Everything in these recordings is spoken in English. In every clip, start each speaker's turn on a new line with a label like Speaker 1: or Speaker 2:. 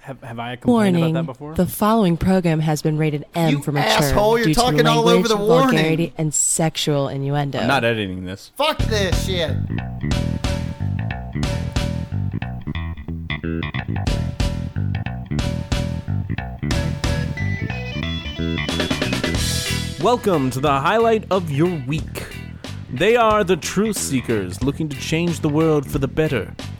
Speaker 1: Have, have I complained
Speaker 2: Warning,
Speaker 1: about that before?
Speaker 2: The following program has been rated M
Speaker 3: You
Speaker 2: for mature.
Speaker 3: asshole, you're
Speaker 2: due to
Speaker 3: talking all over
Speaker 2: language,
Speaker 3: the warning.
Speaker 2: vulgarity, and sexual innuendo.
Speaker 1: I'm not editing this.
Speaker 3: Fuck this shit.
Speaker 4: Welcome to the highlight of your week. They are the truth seekers looking to change the world for the better.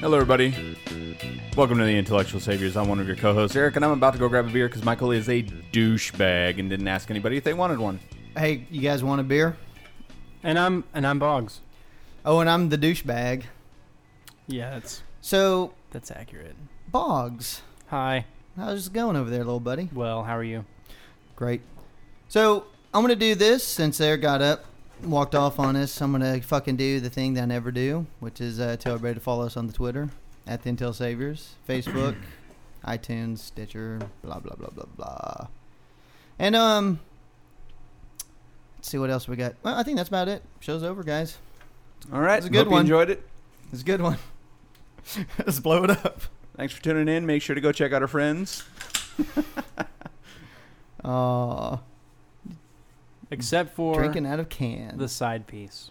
Speaker 1: Hello, everybody. Welcome to the Intellectual Saviors. I'm one of your co-hosts, Eric, and I'm about to go grab a beer because Michael is a douchebag and didn't ask anybody if they wanted one.
Speaker 3: Hey, you guys want a beer?
Speaker 1: And I'm and I'm Boggs.
Speaker 3: Oh, and I'm the douchebag.
Speaker 1: Yeah, that's
Speaker 3: So,
Speaker 1: that's accurate.
Speaker 3: Boggs,
Speaker 1: Hi.
Speaker 3: how's it going over there, little buddy?
Speaker 1: Well, how are you?
Speaker 3: Great. So, I'm going to do this since Eric got up, walked off on us. I'm going to fucking do the thing that I never do, which is uh, tell everybody to follow us on the Twitter at the Intel Saviors, Facebook, iTunes, Stitcher, blah, blah, blah, blah, blah. And, um, let's see what else we got. Well, I think that's about it. Show's over, guys.
Speaker 1: All right.
Speaker 3: It's a good
Speaker 1: hope You
Speaker 3: one.
Speaker 1: enjoyed it.
Speaker 3: It's a good one. Let's blow it up.
Speaker 1: Thanks for tuning in. Make sure to go check out our friends.
Speaker 3: Aw.
Speaker 5: except for
Speaker 3: drinking out of cans.
Speaker 5: the side piece.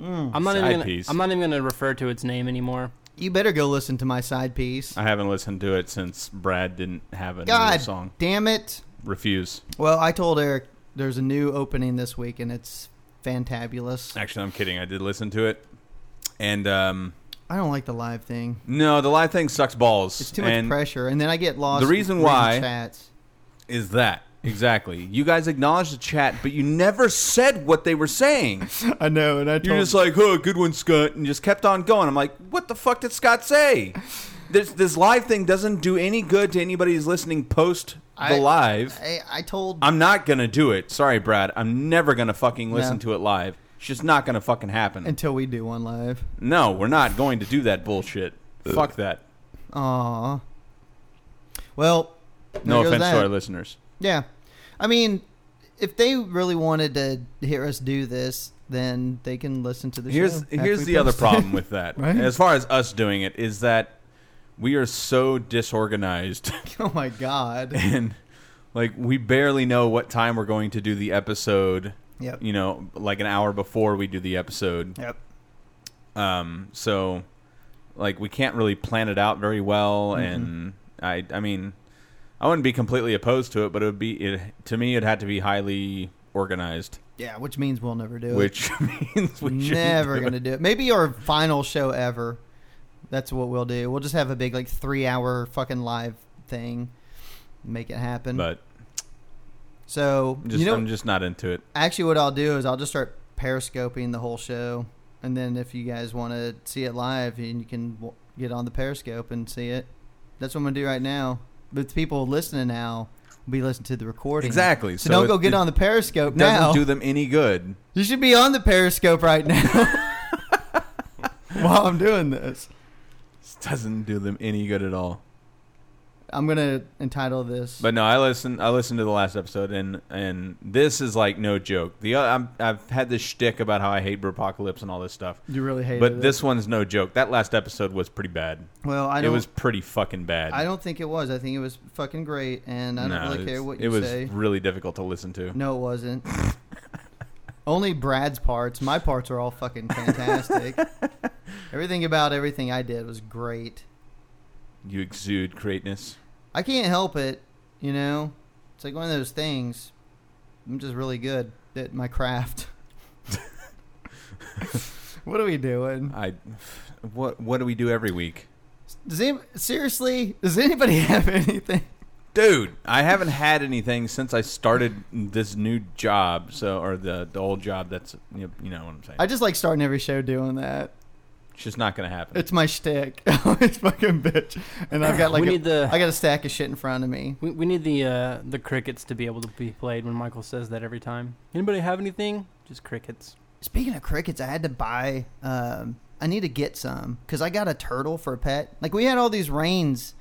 Speaker 3: Mm.
Speaker 5: I'm not
Speaker 1: Side
Speaker 5: even gonna,
Speaker 1: piece.
Speaker 5: I'm not even going to refer to its name anymore.
Speaker 3: You better go listen to my side piece.
Speaker 1: I haven't listened to it since Brad didn't have a new
Speaker 3: God.
Speaker 1: song.
Speaker 3: Damn it.
Speaker 1: Refuse.
Speaker 3: Well, I told Eric there's a new opening this week and it's fantabulous.
Speaker 1: Actually, I'm kidding. I did listen to it, and um,
Speaker 3: I don't like the live thing.
Speaker 1: no, the live thing sucks balls.
Speaker 3: It's too much
Speaker 1: and
Speaker 3: pressure and then I get lost.
Speaker 1: the reason
Speaker 3: reading
Speaker 1: why-
Speaker 3: chats.
Speaker 1: Is that exactly? You guys acknowledged the chat, but you never said what they were saying.
Speaker 3: I know and I told
Speaker 1: You're just like, "Oh, good one, Scott," and just kept on going. I'm like, "What the fuck did Scott say?" This this live thing doesn't do any good to anybody who's listening post
Speaker 3: I-
Speaker 1: the live.
Speaker 3: I, I told
Speaker 1: I'm not gonna do it. Sorry, Brad. I'm never gonna fucking listen
Speaker 3: No.
Speaker 1: to it live. It's just not gonna fucking happen.
Speaker 3: until we do one live.
Speaker 1: no, we're not going to do that bullshit. Fuck that.
Speaker 3: Aw. Well,
Speaker 1: No
Speaker 3: there goes
Speaker 1: offense
Speaker 3: that.
Speaker 1: to our listeners.
Speaker 3: Yeah. I mean, if they really wanted to hear us do this, then they can listen to the show.
Speaker 1: Here's
Speaker 3: after
Speaker 1: here's
Speaker 3: we
Speaker 1: the other
Speaker 3: post it.
Speaker 1: problem with that.
Speaker 3: Right?
Speaker 1: As far as us doing it is that we are so disorganized
Speaker 3: oh my god.
Speaker 1: and like we barely know what time we're going to do the episode.
Speaker 3: Yep.
Speaker 1: You know, like an hour before we do the episode.
Speaker 3: Yep.
Speaker 1: Um so like we can't really plan it out very well
Speaker 3: Mm-hmm.
Speaker 1: and I I mean I wouldn't be completely opposed to it, but it would be it to me it had to be highly organized,
Speaker 3: Yeah, which means we'll never do it.
Speaker 1: which means we should
Speaker 3: never gonna do it. Maybe our final show ever. That's what we'll do. We'll just have a big like three hour fucking live thing. Make it happen.
Speaker 1: but
Speaker 3: so
Speaker 1: just,
Speaker 3: you know
Speaker 1: I'm just not into it.
Speaker 3: actually what I'll do is I'll just start periscoping the whole show and then if you guys want to see it live and you can w- get on the periscope and see it. That's what I'm going to do right now. But the people listening now will be listening to the recording.
Speaker 1: Exactly.
Speaker 3: So, don't
Speaker 1: it-
Speaker 3: go get
Speaker 1: it
Speaker 3: on the periscope
Speaker 1: Doesn't
Speaker 3: now.
Speaker 1: do them any good.
Speaker 3: you should be on the periscope right now. While I'm doing this,
Speaker 1: This doesn't do them any good at all.
Speaker 3: I'm going to entitle this
Speaker 1: But no, I listened. I listened to the last episode, and and this is like no joke. The o- I'm, I've had this shtick about how I hate Burpocalypse and all this stuff,
Speaker 3: You really hate
Speaker 1: but this one's no joke. That last episode was pretty bad.
Speaker 3: Well, I
Speaker 1: It
Speaker 3: don't
Speaker 1: was pretty fucking bad.
Speaker 3: I don't think it was. I think it was fucking great and I don't
Speaker 1: No,
Speaker 3: really
Speaker 1: it's-
Speaker 3: care what
Speaker 1: It
Speaker 3: you
Speaker 1: was
Speaker 3: say.
Speaker 1: really difficult to listen to.
Speaker 3: No, it wasn't. Only Brad's parts. My parts are all fucking fantastic. everything about everything I did was great.
Speaker 1: You exude greatness.
Speaker 3: I can't help it, you know? It's like one of those things. I'm just really good at my craft. what are we doing?
Speaker 1: I, what what do we do every week,
Speaker 3: Does any, seriously, does anybody have anything?
Speaker 1: dude? I haven't had anything since I started this new job. So or the the old job. That's you know, you know what I'm saying.
Speaker 3: I just like starting every show doing that.
Speaker 1: It's just not going to happen.
Speaker 3: It's my shtick. it's fucking bitch. And I've got like
Speaker 5: we
Speaker 3: a-
Speaker 5: need the
Speaker 3: I got a stack of shit in front of me.
Speaker 5: we, we need the uh, the crickets to be able to be played when Michael says that every time. Anybody have anything? Just crickets.
Speaker 3: Speaking of crickets, I had to buy. Um, I need to get some because I got a turtle for a pet. Like we had all these rains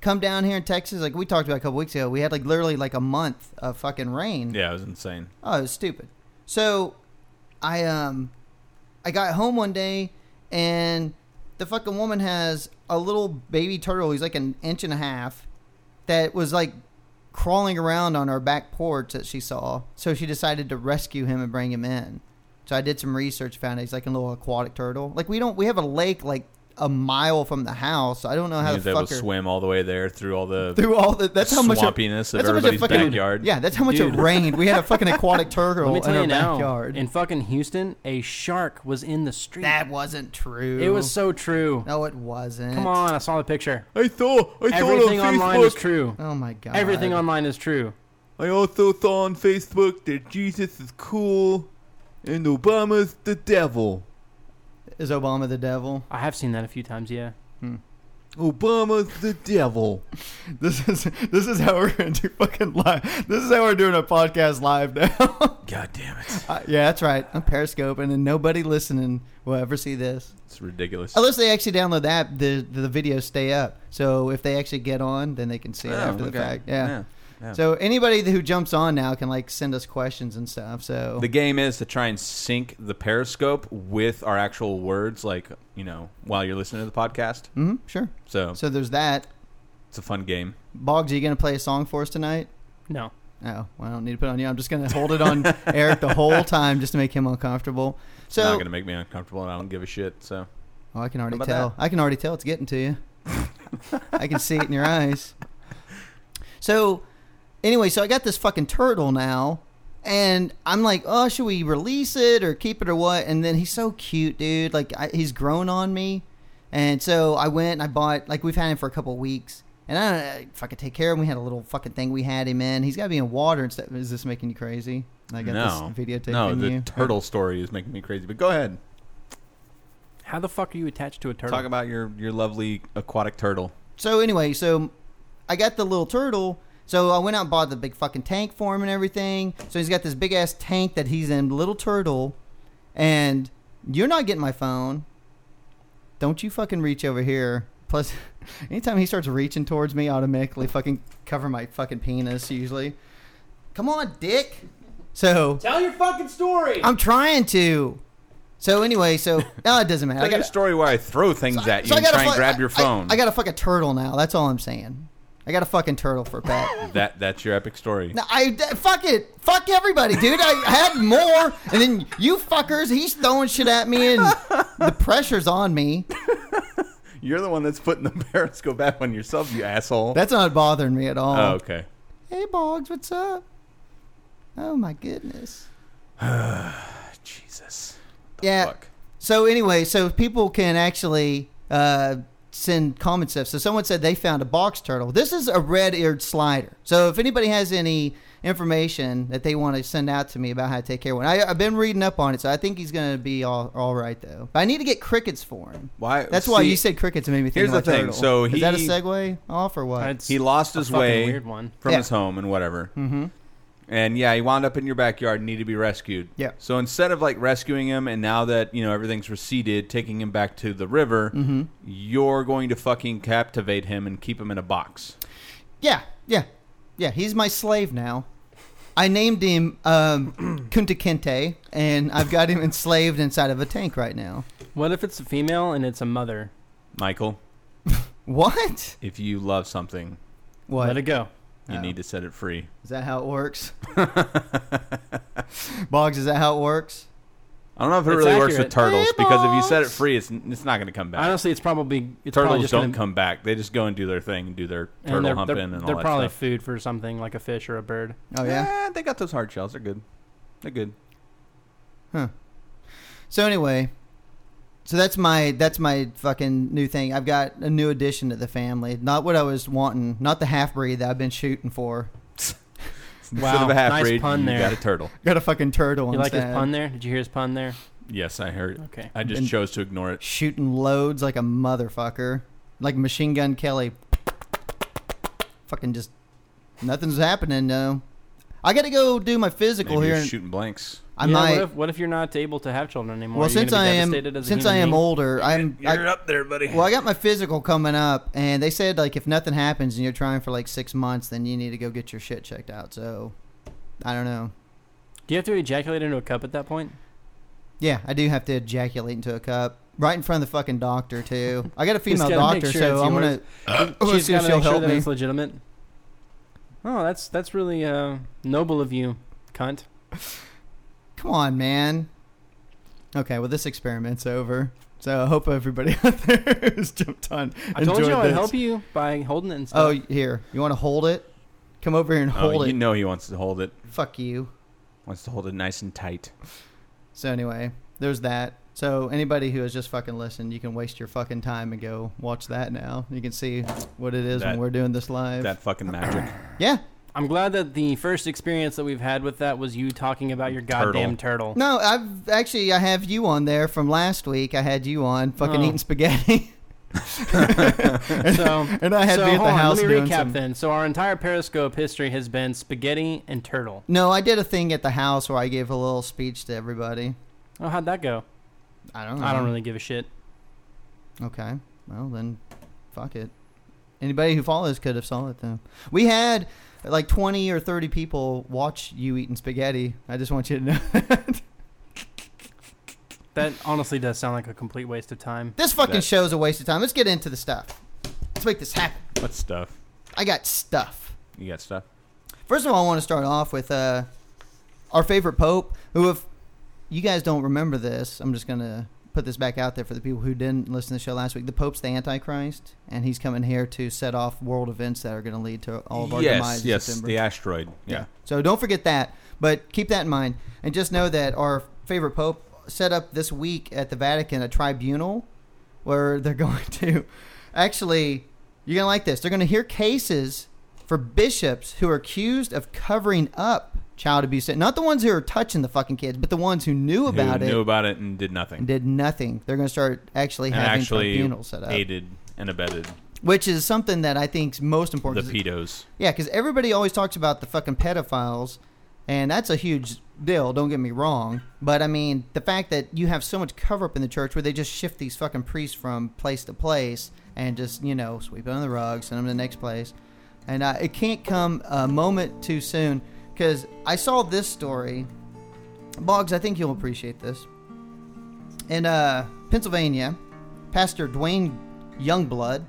Speaker 3: come down here in Texas. Like we talked about a couple weeks ago, we had like literally like a month of fucking rain.
Speaker 1: yeah, it was insane.
Speaker 3: Oh, it was stupid. So, I um, I got home one day and the fucking woman has a little baby turtle. He's like an inch and a half that was like crawling around on our back porch that she saw. So she decided to rescue him and bring him in. So I did some research, found out he's like a little aquatic turtle. Like we don't, we have a lake like a mile from the house. I don't know how
Speaker 1: He
Speaker 3: the
Speaker 1: was able to
Speaker 3: Ah, fucker
Speaker 1: swim all the way there through all the
Speaker 3: through all the. That's how much. it-
Speaker 1: swampiness
Speaker 3: that's
Speaker 1: of
Speaker 3: how much it
Speaker 1: everybody's
Speaker 3: fucking-
Speaker 1: backyard.
Speaker 3: yeah, that's how much
Speaker 5: Dude.
Speaker 3: it rained. We had a fucking aquatic
Speaker 5: Let
Speaker 3: turtle
Speaker 5: me
Speaker 3: in
Speaker 5: tell
Speaker 3: our
Speaker 5: you now.
Speaker 3: backyard.
Speaker 5: In fucking Houston, a shark was in the street.
Speaker 3: that wasn't true.
Speaker 5: it was so true.
Speaker 3: No, it wasn't.
Speaker 5: Come on, I saw the picture.
Speaker 1: I thought I
Speaker 5: Everything online is true.
Speaker 3: Oh my god.
Speaker 5: Everything online is true.
Speaker 1: I also saw on Facebook that Jesus is cool and Obama's the devil.
Speaker 3: is Obama the devil.
Speaker 5: I have seen that a few times. Yeah.
Speaker 1: Obama's the devil.
Speaker 3: This is this is how we're gonna do fucking live. This is how we're doing a podcast live now.
Speaker 1: God damn it.
Speaker 3: Uh, yeah, that's right. I'm periscoping, and nobody listening will ever see this
Speaker 1: It's ridiculous.
Speaker 3: unless they actually download that. The the videos stay up, so if they actually get on, then they can see it
Speaker 1: Oh,
Speaker 3: after
Speaker 1: okay.
Speaker 3: the fact. Yeah.
Speaker 1: Yeah, yeah.
Speaker 3: So anybody who jumps on now can like send us questions and stuff. So
Speaker 1: the game is to try and sync the Periscope with our actual words, like, you know, while you're listening to the podcast.
Speaker 3: Mhm, sure.
Speaker 1: So
Speaker 3: So there's that.
Speaker 1: it's a fun game.
Speaker 3: Boggs, are you gonna play a song for us tonight?
Speaker 5: No.
Speaker 3: Oh, well, I don't need to put it on you. I'm just going to hold it on Eric the whole time just to make him uncomfortable.
Speaker 1: It's not
Speaker 3: So,
Speaker 1: going to make me uncomfortable, and I don't give a shit. So
Speaker 3: oh, I can already
Speaker 1: How about
Speaker 3: tell. I can already tell it's getting to you. I can see it in your eyes. So, anyway, so I got this fucking turtle now, and I'm like, oh, should we release it or keep it or what? And then he's so cute, dude. Like I, he's grown on me, and so I went and I bought like we've had him for a couple of weeks, and I don't know if I could take care of him. We had a little fucking thing we had him in. He's got to be in water and stuff. Is this making you crazy? I got
Speaker 1: no,
Speaker 3: this videotape.
Speaker 1: no,
Speaker 3: in
Speaker 1: the
Speaker 3: you.
Speaker 1: turtle story is making me crazy. But go ahead,
Speaker 5: How the fuck are you attached to a turtle?
Speaker 1: talk about your your lovely aquatic turtle.
Speaker 3: so anyway, so I got the little turtle. So I went out and bought the big fucking tank for him and everything. So he's got this big ass tank that he's in, little turtle. And you're not getting my phone. Don't you fucking reach over here. Plus, anytime he starts reaching towards me, I automatically fucking cover my fucking penis usually. Come on, dick. So
Speaker 5: Tell your fucking story.
Speaker 3: I'm trying to. So anyway, so oh, it doesn't matter.
Speaker 1: Like
Speaker 3: I got
Speaker 1: a story where I throw things at you
Speaker 3: so I
Speaker 1: and
Speaker 3: gotta
Speaker 1: try and
Speaker 3: fuck-
Speaker 1: grab your
Speaker 3: I-
Speaker 1: phone.
Speaker 3: I, I got a fucking turtle now. That's all I'm saying. I got a fucking turtle for a pet.
Speaker 1: that that's your epic story.
Speaker 3: no, I d- fuck it. Fuck everybody, dude. I had more, and then you fuckers. He's throwing shit at me, and the pressure's on me.
Speaker 1: You're the one that's putting the Periscope app on yourself, you asshole.
Speaker 3: That's not bothering me at all.
Speaker 1: oh, okay.
Speaker 3: Hey, Boggs, what's up? Oh my goodness.
Speaker 1: Jesus.
Speaker 3: yeah.
Speaker 1: Fuck.
Speaker 3: So anyway, so people can actually uh, send comment stuff. So someone said they found a box turtle. This is a red-eared slider. So if anybody has any information that they want to send out to me about how to take care of one, I, I've been reading up on it, so I think he's going to be all, all right though. But I need to get crickets for him.
Speaker 1: Why?
Speaker 3: That's why
Speaker 1: see,
Speaker 3: you said crickets made me think
Speaker 1: here's
Speaker 3: of
Speaker 1: the
Speaker 3: a
Speaker 1: thing.
Speaker 3: turtle.
Speaker 1: So
Speaker 3: is that a
Speaker 1: he-
Speaker 3: segue off or what?
Speaker 5: It's
Speaker 1: he lost
Speaker 5: a
Speaker 1: his
Speaker 5: fucking
Speaker 1: way
Speaker 5: Weird one.
Speaker 1: from
Speaker 3: Yeah.
Speaker 1: his home and whatever.
Speaker 3: mm-hmm.
Speaker 1: And yeah, he wound up in your backyard and needed to be rescued.
Speaker 3: Yeah.
Speaker 1: So instead of like rescuing him and now that, you know, everything's receded, taking him back to the river, you're going to fucking captivate him and keep him in a box.
Speaker 3: Yeah, yeah, yeah. He's my slave now. I named him um, Kunta Kinte, and I've got him enslaved inside of a tank right now.
Speaker 5: What if it's a female and it's a mother?
Speaker 1: Michael,
Speaker 3: What?
Speaker 1: if you love something,
Speaker 5: Let
Speaker 3: What?
Speaker 5: it go.
Speaker 1: you
Speaker 3: Oh.
Speaker 1: need to set it free.
Speaker 3: Is that how it works? Boggs, is that how it works?
Speaker 1: I don't know if it
Speaker 5: It's
Speaker 1: really works with
Speaker 5: accurate.
Speaker 1: turtles
Speaker 3: Hey,
Speaker 1: because if you set it
Speaker 3: boss.
Speaker 1: free, it's it's not going to come back.
Speaker 5: Honestly, it's probably it's probably
Speaker 1: turtles
Speaker 5: just
Speaker 1: don't
Speaker 5: gonna,
Speaker 1: come back. They just go and do their thing and do their
Speaker 5: and
Speaker 1: turtle
Speaker 5: they're,
Speaker 1: humping
Speaker 5: they're,
Speaker 1: and all
Speaker 5: they're
Speaker 1: that
Speaker 5: probably
Speaker 1: stuff.
Speaker 5: food for something like a fish or a bird.
Speaker 3: Oh yeah.
Speaker 1: Eh, they got those hard shells. They're good. They're good.
Speaker 3: So anyway, so that's my that's my fucking new thing. I've got a new addition to the family. Not what I was wanting. Not the half breed that I've been shooting for.
Speaker 1: Instead of a half
Speaker 5: nice
Speaker 1: breed,
Speaker 5: pun
Speaker 1: you
Speaker 5: there.
Speaker 1: got a turtle.
Speaker 3: Got a fucking turtle.
Speaker 5: You like his
Speaker 3: instead.
Speaker 5: pun there? Did you hear his pun there?
Speaker 1: Yes, I heard.
Speaker 5: Okay.
Speaker 1: I just
Speaker 3: And-
Speaker 1: chose to ignore it.
Speaker 3: shooting loads like a motherfucker, like Machine Gun Kelly. Fucking just nothing's happening. No, I got to go do my physical
Speaker 1: Maybe
Speaker 3: here.
Speaker 1: you're
Speaker 3: and
Speaker 1: shooting blanks.
Speaker 3: I
Speaker 5: Yeah,
Speaker 3: might.
Speaker 5: What if, what if you're not able to have children anymore?
Speaker 3: well,
Speaker 5: Are you gonna
Speaker 3: since
Speaker 5: be
Speaker 3: I am
Speaker 5: devastated as a
Speaker 3: since
Speaker 5: human
Speaker 3: I am
Speaker 5: being?
Speaker 3: older, I'm I,
Speaker 1: up there, buddy.
Speaker 3: well. I got my physical coming up, and they said like if nothing happens and you're trying for like six months, then you need to go get your shit checked out. So, I don't know.
Speaker 5: Do you have to ejaculate into a cup at that point?
Speaker 3: Yeah, I do have to ejaculate into a cup right in front of the fucking doctor too. I got a female
Speaker 5: gotta make
Speaker 3: doctor,
Speaker 5: sure
Speaker 3: so
Speaker 5: it's
Speaker 3: I'm
Speaker 5: yours.
Speaker 3: gonna. Oh,
Speaker 5: She's
Speaker 3: see if
Speaker 5: gotta
Speaker 3: she'll
Speaker 5: make sure
Speaker 3: help
Speaker 5: that
Speaker 3: me.
Speaker 5: it's legitimate. Oh, that's that's really uh, noble of you, cunt.
Speaker 3: Come on, man. Okay, well, this experiment's over. So I hope everybody out there has jumped on.
Speaker 5: I told you
Speaker 3: enjoyed
Speaker 5: I'd
Speaker 3: this.
Speaker 5: help you by holding it and stuff.
Speaker 3: Oh, here. You want to hold it? Come over here and hold
Speaker 1: Oh,
Speaker 3: it.
Speaker 1: you know he wants to hold it.
Speaker 3: Fuck you.
Speaker 1: Wants to hold it nice and tight.
Speaker 3: So anyway, there's that. So anybody who has just fucking listened, you can waste your fucking time and go watch that now. You can see what it is
Speaker 1: That-
Speaker 3: when we're doing this live.
Speaker 1: That fucking magic.
Speaker 3: Yeah.
Speaker 5: I'm glad that the first experience that we've had with that was you talking about your
Speaker 1: Turtle.
Speaker 5: goddamn turtle.
Speaker 3: No, I've actually I have you on there from last week. I had you on fucking
Speaker 5: Oh.
Speaker 3: eating spaghetti.
Speaker 5: So
Speaker 3: And I had
Speaker 5: so,
Speaker 3: to be at the
Speaker 5: hold on,
Speaker 3: house
Speaker 5: Let me
Speaker 3: doing
Speaker 5: recap
Speaker 3: some-
Speaker 5: then. So our entire Periscope history has been spaghetti and turtle.
Speaker 3: no, I did a thing at the house where I gave a little speech to everybody.
Speaker 5: Oh, how'd that go?
Speaker 3: I don't know.
Speaker 5: I don't really give a shit.
Speaker 3: Okay. Well, then, fuck it. Anybody who follows could have saw it though. We had like twenty or thirty people watch you eating spaghetti. I just want you to know
Speaker 5: That honestly does sound like a complete waste of time.
Speaker 3: this fucking
Speaker 1: That-
Speaker 3: show's a waste of time. Let's get into the stuff. Let's make this happen.
Speaker 1: what stuff?
Speaker 3: I got stuff.
Speaker 1: You got stuff?
Speaker 3: First of all, I want to start off with uh, our favorite Pope, who, if you guys don't remember this, I'm just going to put this back out there for the people who didn't listen to the show last week. The Pope's the Antichrist, and he's coming here to set off world events that are going to lead to all of our demise
Speaker 1: yes,
Speaker 3: in
Speaker 1: yes,
Speaker 3: September.
Speaker 1: the asteroid. Yeah.
Speaker 3: So don't forget that, but keep that in mind, and just know that our favorite Pope set up this week at the Vatican a tribunal where they're going to actually you're going to like this. They're going to hear cases for bishops who are accused of covering up child abuse. Not the ones who are touching the fucking kids, but the ones who knew about
Speaker 1: Who
Speaker 3: it
Speaker 1: knew about it and did
Speaker 3: and
Speaker 1: nothing.
Speaker 3: did nothing. They're going to start actually
Speaker 1: and
Speaker 3: having
Speaker 1: actually
Speaker 3: tribunals set up,
Speaker 1: aided and abetted
Speaker 3: which is something that I think's most
Speaker 1: the
Speaker 3: important. 'cause it-
Speaker 1: pedos.
Speaker 3: yeah, because everybody always talks about the fucking pedophiles, and that's a huge deal. Don't get me wrong, but I mean the fact that you have so much cover up in the church where they just shift these fucking priests from place to place and just you know sweep it under the rug, send them to the next place, and uh, it can't come a moment too soon. Because I saw this story, Boggs. I think you'll appreciate this. In uh, Pennsylvania, Pastor Dwayne Youngblood.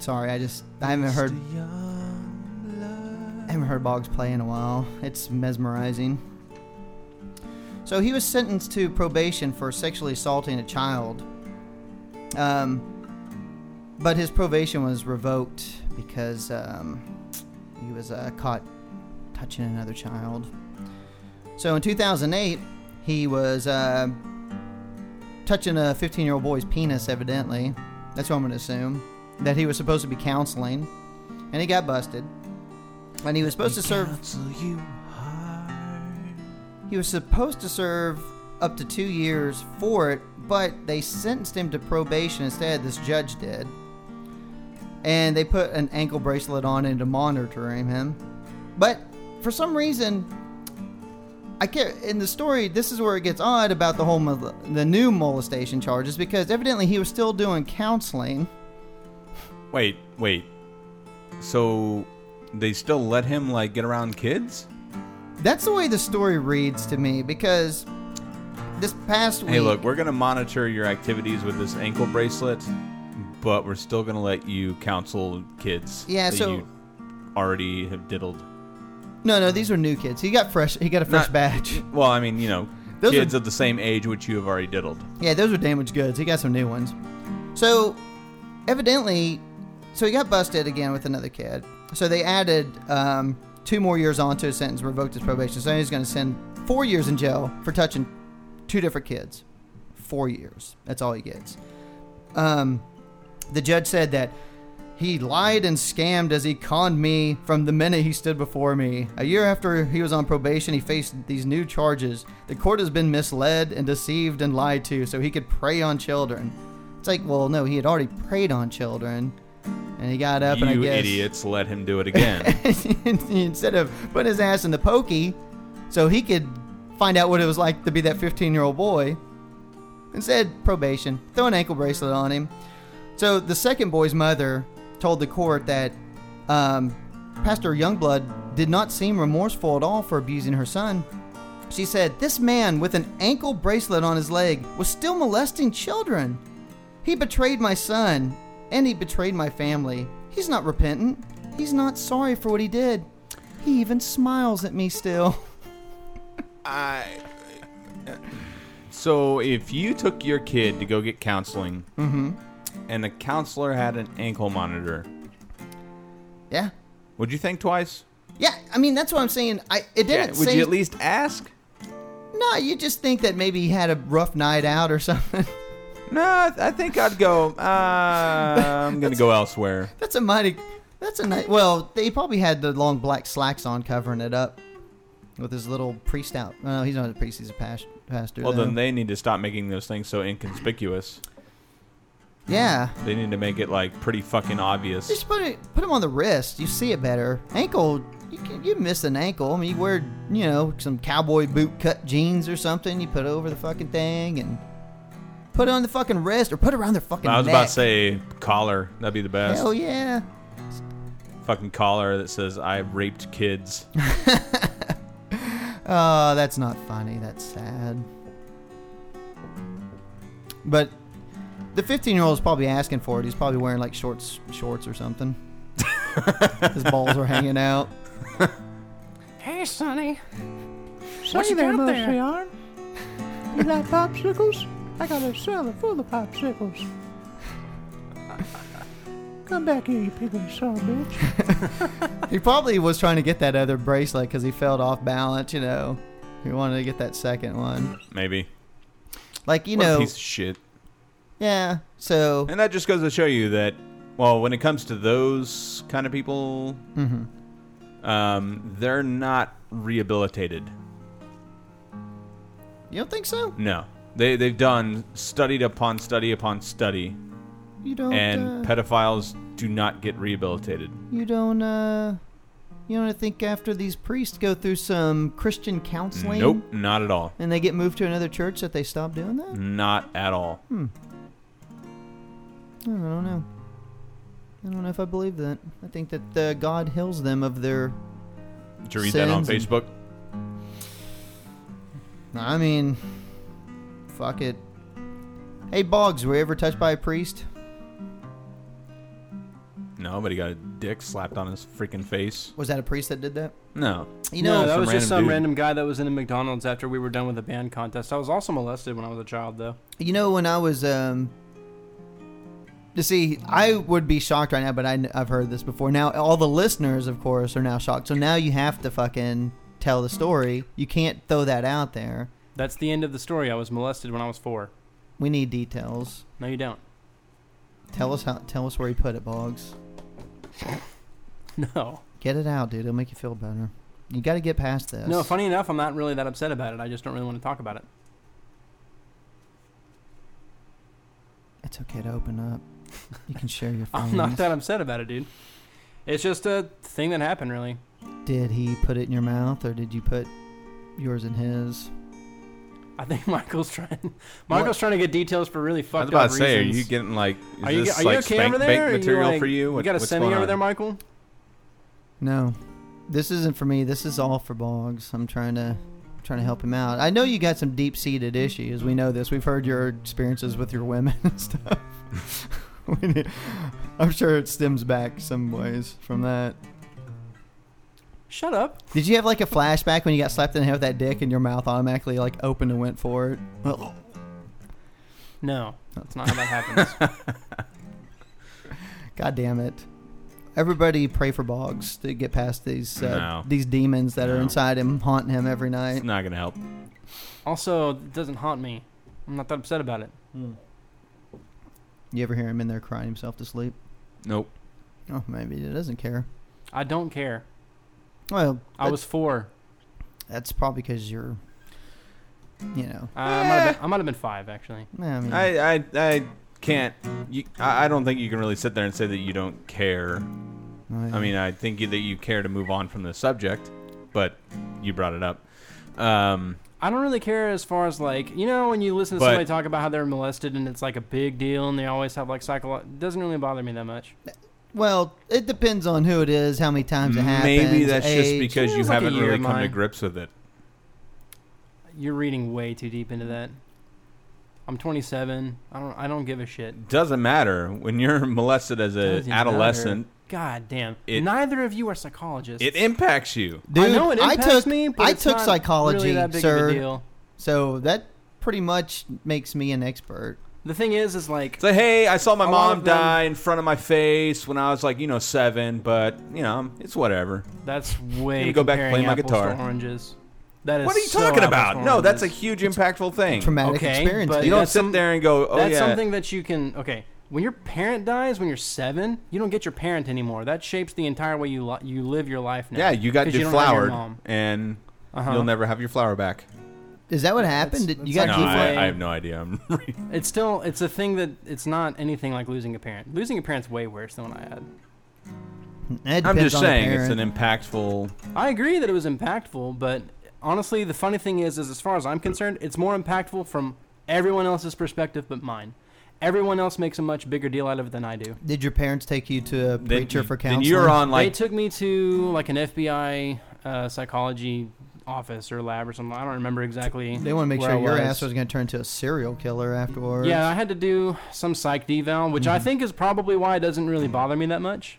Speaker 3: Sorry, I just I haven't heard I haven't heard Boggs play in a while. It's mesmerizing. So he was sentenced to probation for sexually assaulting a child. Um, but his probation was revoked because um, he was uh, caught touching another child. So in 2008, he was uh, touching a 15 year old boy's penis, evidently. That's what I'm going to assume. That he was supposed to be counseling. And he got busted. And he was supposed to serve he was supposed to serve up to two years for it, but they sentenced him to probation instead. This judge did. And they put an ankle bracelet on him to monitor him. But for some reason, I can't. In the story, this is where it gets odd about the whole mol- the new molestation charges because evidently he was still doing counseling.
Speaker 1: Wait, wait. So they still let him like get around kids?
Speaker 3: That's the way the story reads to me because this past week.
Speaker 1: Hey, look, we're gonna monitor your activities with this ankle bracelet, but we're still gonna let you counsel kids.
Speaker 3: Yeah,
Speaker 1: that
Speaker 3: so-
Speaker 1: you already have diddled.
Speaker 3: No, no, these were new kids. He got fresh. He got a fresh
Speaker 1: Not-
Speaker 3: batch.
Speaker 1: Well, I mean, you know,
Speaker 3: Those
Speaker 1: kids
Speaker 3: are-
Speaker 1: of the same age which you have already diddled.
Speaker 3: Yeah, those were damaged goods. He got some new ones. So, evidently, so he got busted again with another kid. So they added um, two more years onto his sentence, revoked his probation. So he's going to send four years in jail for touching two different kids. Four years. That's all he gets. Um, the judge said that He lied and scammed as he conned me from the minute he stood before me. A year after he was on probation, he faced these new charges. The court has been misled and deceived and lied to so he could prey on children. It's like, well, no, he had already preyed on children. And he got up and I
Speaker 1: you
Speaker 3: guess
Speaker 1: idiots let him do it again.
Speaker 3: instead of putting his ass in the pokey so he could find out what it was like to be that 15 year old boy, instead, probation, throw an ankle bracelet on him. So the second boy's mother told the court that um, Pastor Youngblood did not seem remorseful at all for abusing her son. She said, This man with an ankle bracelet on his leg was still molesting children. He betrayed my son, and he betrayed my family. He's not repentant. He's not sorry for what he did. He even smiles at me still.
Speaker 1: I. So if you took your kid to go get counseling,
Speaker 3: Mm-hmm.
Speaker 1: and the counselor had an ankle monitor,
Speaker 3: Yeah.
Speaker 1: would you think twice?
Speaker 3: Yeah, I mean that's what I'm saying. I it didn't
Speaker 1: would
Speaker 3: say
Speaker 1: you at least ask?
Speaker 3: No, you just think that maybe he had a rough night out or something.
Speaker 1: No, I, I think I'd go. Uh, I'm gonna go elsewhere.
Speaker 3: that's a mighty that's a nice well, they probably had the long black slacks on covering it up. With his little priest out. No, he's not a priest, he's a pas- pastor.
Speaker 1: Well,
Speaker 3: though.
Speaker 1: then they need to stop making those things so inconspicuous.
Speaker 3: Yeah.
Speaker 1: They need to make it like pretty fucking obvious.
Speaker 3: Just put it, put them on the wrist. You see it better. Ankle, you can, you miss an ankle. I mean, you wear you know some cowboy boot cut jeans or something. You put it over the fucking thing and put it on the fucking wrist or put it around their fucking.
Speaker 1: I was
Speaker 3: neck.
Speaker 1: about to say collar. That'd be the best.
Speaker 3: Hell yeah.
Speaker 1: Fucking collar that says I raped kids.
Speaker 3: Oh, that's not funny. That's sad. But the 15 year old is probably asking for it. He's probably wearing like shorts, shorts or something. His balls are hanging out.
Speaker 5: Hey, Sonny.
Speaker 6: What you got there?
Speaker 5: arm?
Speaker 6: You like popsicles? I got a cellar full of popsicles. Come back here, you piggy son of a bitch.
Speaker 3: He probably was trying to get that other bracelet because he felt off balance, you know. He wanted to get that second one.
Speaker 1: Maybe.
Speaker 3: Like, you
Speaker 1: What a
Speaker 3: know,
Speaker 1: piece of shit.
Speaker 3: yeah. So,
Speaker 1: And that just goes to show you that, well, when it comes to those kind of people, um, they're not rehabilitated.
Speaker 3: you don't think so?
Speaker 1: No, they they've done studied upon study upon study,
Speaker 3: You don't
Speaker 1: and
Speaker 3: uh,
Speaker 1: pedophiles do not get rehabilitated.
Speaker 3: you don't uh you don't think after these priests go through some Christian counseling
Speaker 1: Nope, not at all.
Speaker 3: and they get moved to another church that they stop doing that?
Speaker 1: Not at all.
Speaker 3: I
Speaker 1: Mm.
Speaker 3: don't know. I don't know if I believe that. I think that uh, God heals them of their
Speaker 1: Did you read that on
Speaker 3: Sins and-
Speaker 1: Facebook?
Speaker 3: I mean, fuck it. Hey Boggs, were you ever touched by a priest?
Speaker 1: No, but he got a dick slapped on his freaking face.
Speaker 3: Was that a priest that did that?
Speaker 1: No.
Speaker 3: You
Speaker 5: no,
Speaker 3: know,
Speaker 5: that
Speaker 1: some
Speaker 5: was just
Speaker 1: random
Speaker 5: some
Speaker 1: dude.
Speaker 5: random guy that was in a McDonald's after we were done with the band contest. I was also molested when I was a child, though.
Speaker 3: You know, when I was, um, to see, I would be shocked right now, but I, have heard this before. Now, all the listeners, of course, are now shocked. So now you have to fucking tell the story. You can't throw that out there.
Speaker 5: That's the end of the story. I was molested when I was four.
Speaker 3: We need details.
Speaker 5: No, you don't.
Speaker 3: Tell us how. Tell us where he put it, Boggs.
Speaker 5: No.
Speaker 3: Get it out, dude. It'll make you feel better. You got to get past this.
Speaker 5: No, funny enough, I'm not really that upset about it. I just don't really want to talk about it.
Speaker 3: It's okay to open up. You can share your
Speaker 1: Mm-hmm.
Speaker 3: feelings.
Speaker 5: I'm not that upset about it, dude. It's just a thing that happened, really.
Speaker 3: Did he put it in your mouth, or did you put yours in his?
Speaker 5: I think Michael's trying. Michael's trying to get details for really
Speaker 1: I was
Speaker 5: fucked
Speaker 1: about
Speaker 5: up
Speaker 1: to say, are
Speaker 5: reasons.
Speaker 1: you getting like is
Speaker 5: Are you,
Speaker 1: this
Speaker 5: are you
Speaker 1: like
Speaker 5: okay
Speaker 1: spank
Speaker 5: over there?
Speaker 1: bank
Speaker 5: Are you,
Speaker 1: material
Speaker 5: like-
Speaker 1: for you? What,
Speaker 5: you got a
Speaker 1: what's
Speaker 5: semi
Speaker 1: going
Speaker 5: over
Speaker 1: on?
Speaker 5: there, Michael?
Speaker 3: No, this isn't for me. This is all for Boggs. I'm trying to trying to help him out. I know you got some deep seated issues. We know this. We've heard your experiences with your women and stuff. We need- I'm sure it stems back some ways from that.
Speaker 5: Shut up.
Speaker 3: Did you have like a flashback when you got slapped in the head with that dick and your mouth automatically like opened and went for it? Well,
Speaker 5: No, that's not how that happens.
Speaker 3: God damn it. Everybody pray for Boggs to get past these uh,
Speaker 1: No.
Speaker 3: these demons that are
Speaker 1: No.
Speaker 3: inside him, haunting him every night.
Speaker 1: It's not gonna help.
Speaker 5: also, it doesn't haunt me. I'm not that upset about it.
Speaker 3: You ever hear him in there crying himself to sleep?
Speaker 1: Nope.
Speaker 3: Oh, maybe it doesn't care.
Speaker 5: I don't care.
Speaker 3: Well,
Speaker 5: I was four.
Speaker 3: That's probably because you're, you know.
Speaker 5: Uh, I, might have been, I might have been five actually.
Speaker 3: I mean,
Speaker 1: I, I, I can't. You, I I don't think you can really sit there and say that you don't care. I mean, I think you, that you care to move on from the subject, but you brought it up. Um,
Speaker 5: I don't really care as far as like you know when you listen to
Speaker 1: But-
Speaker 5: somebody talk about how they're molested and it's like a big deal and they always have like psycho. It doesn't really bother me that much.
Speaker 3: well, it depends on who it is, how many times it happens.
Speaker 1: maybe that's just
Speaker 3: age.
Speaker 1: because you
Speaker 5: It's like a
Speaker 1: haven't
Speaker 5: year
Speaker 1: really
Speaker 5: of
Speaker 1: come to
Speaker 5: mine.
Speaker 1: grips with it.
Speaker 5: You're reading way too deep into that. I'm 27. I don't. I don't give a shit.
Speaker 1: Doesn't matter when you're molested as an
Speaker 5: Doesn't
Speaker 1: adolescent.
Speaker 5: God damn.
Speaker 1: It-
Speaker 5: Neither of you are psychologists.
Speaker 1: It impacts you.
Speaker 3: Dude,
Speaker 5: I know it impacts
Speaker 3: took
Speaker 5: me. But
Speaker 3: I
Speaker 5: it's
Speaker 3: took
Speaker 5: not
Speaker 3: psychology,
Speaker 5: really that big Of
Speaker 3: sir.
Speaker 5: a deal.
Speaker 3: so that pretty much makes me an expert.
Speaker 5: The thing is, is like
Speaker 1: It's like, hey, I saw my
Speaker 5: A lot
Speaker 1: mom
Speaker 5: of them-
Speaker 1: die in front of my face when I was like, you know, seven, but you know, it's whatever.
Speaker 5: that's way.
Speaker 1: Gonna go back and
Speaker 5: comparing
Speaker 1: play my
Speaker 5: apples
Speaker 1: guitar.
Speaker 5: To oranges. That is.
Speaker 1: What are you
Speaker 5: so
Speaker 1: talking
Speaker 5: apples to
Speaker 1: about? No, that's a
Speaker 5: oranges.
Speaker 1: huge impactful thing.
Speaker 3: Traumatic
Speaker 5: Okay,
Speaker 3: experience.
Speaker 5: but
Speaker 1: You
Speaker 3: dude.
Speaker 1: don't
Speaker 5: That's
Speaker 1: sit
Speaker 5: some-
Speaker 1: there and go, oh
Speaker 5: that's
Speaker 1: yeah,
Speaker 5: something that you can. Okay, when your parent dies when you're seven, you don't get your parent anymore. That shapes the entire way you li- you live your life now.
Speaker 1: yeah, you got
Speaker 5: 'Cause you don't have your
Speaker 1: deflowered,
Speaker 5: mom.
Speaker 1: and
Speaker 5: Uh-huh.
Speaker 1: you'll never have your flower back.
Speaker 3: Is that what happened?
Speaker 5: That's-
Speaker 3: Did you
Speaker 5: that's
Speaker 3: got
Speaker 1: No,
Speaker 5: keep
Speaker 1: I,
Speaker 5: playing.
Speaker 1: I have no idea. I'm
Speaker 5: It's still it's a thing that it's not anything like losing a parent. Losing a parent's way worse than what I had.
Speaker 3: That
Speaker 1: I'm
Speaker 3: depends
Speaker 1: just
Speaker 3: on the
Speaker 1: saying it's an
Speaker 3: parent.
Speaker 1: impactful.
Speaker 5: I agree that it was impactful, but honestly, the funny thing is, is as far as I'm concerned, it's more impactful from everyone else's perspective but mine. Everyone else makes a much bigger deal out of it than I do.
Speaker 3: Did your parents take you to a
Speaker 1: Then
Speaker 3: preacher
Speaker 1: you-
Speaker 3: for
Speaker 1: then
Speaker 3: counseling?
Speaker 1: you're on
Speaker 5: they
Speaker 1: like
Speaker 5: took me to like an FBI uh, psychology office or lab or something. I don't remember exactly.
Speaker 3: They want to make
Speaker 5: where
Speaker 3: sure
Speaker 5: I
Speaker 3: your
Speaker 5: was.
Speaker 3: ass was going to turn into a serial killer afterwards.
Speaker 5: Yeah, I had to do some psych deval, which
Speaker 1: Mm-hmm.
Speaker 5: I think is probably why it doesn't really bother me that much,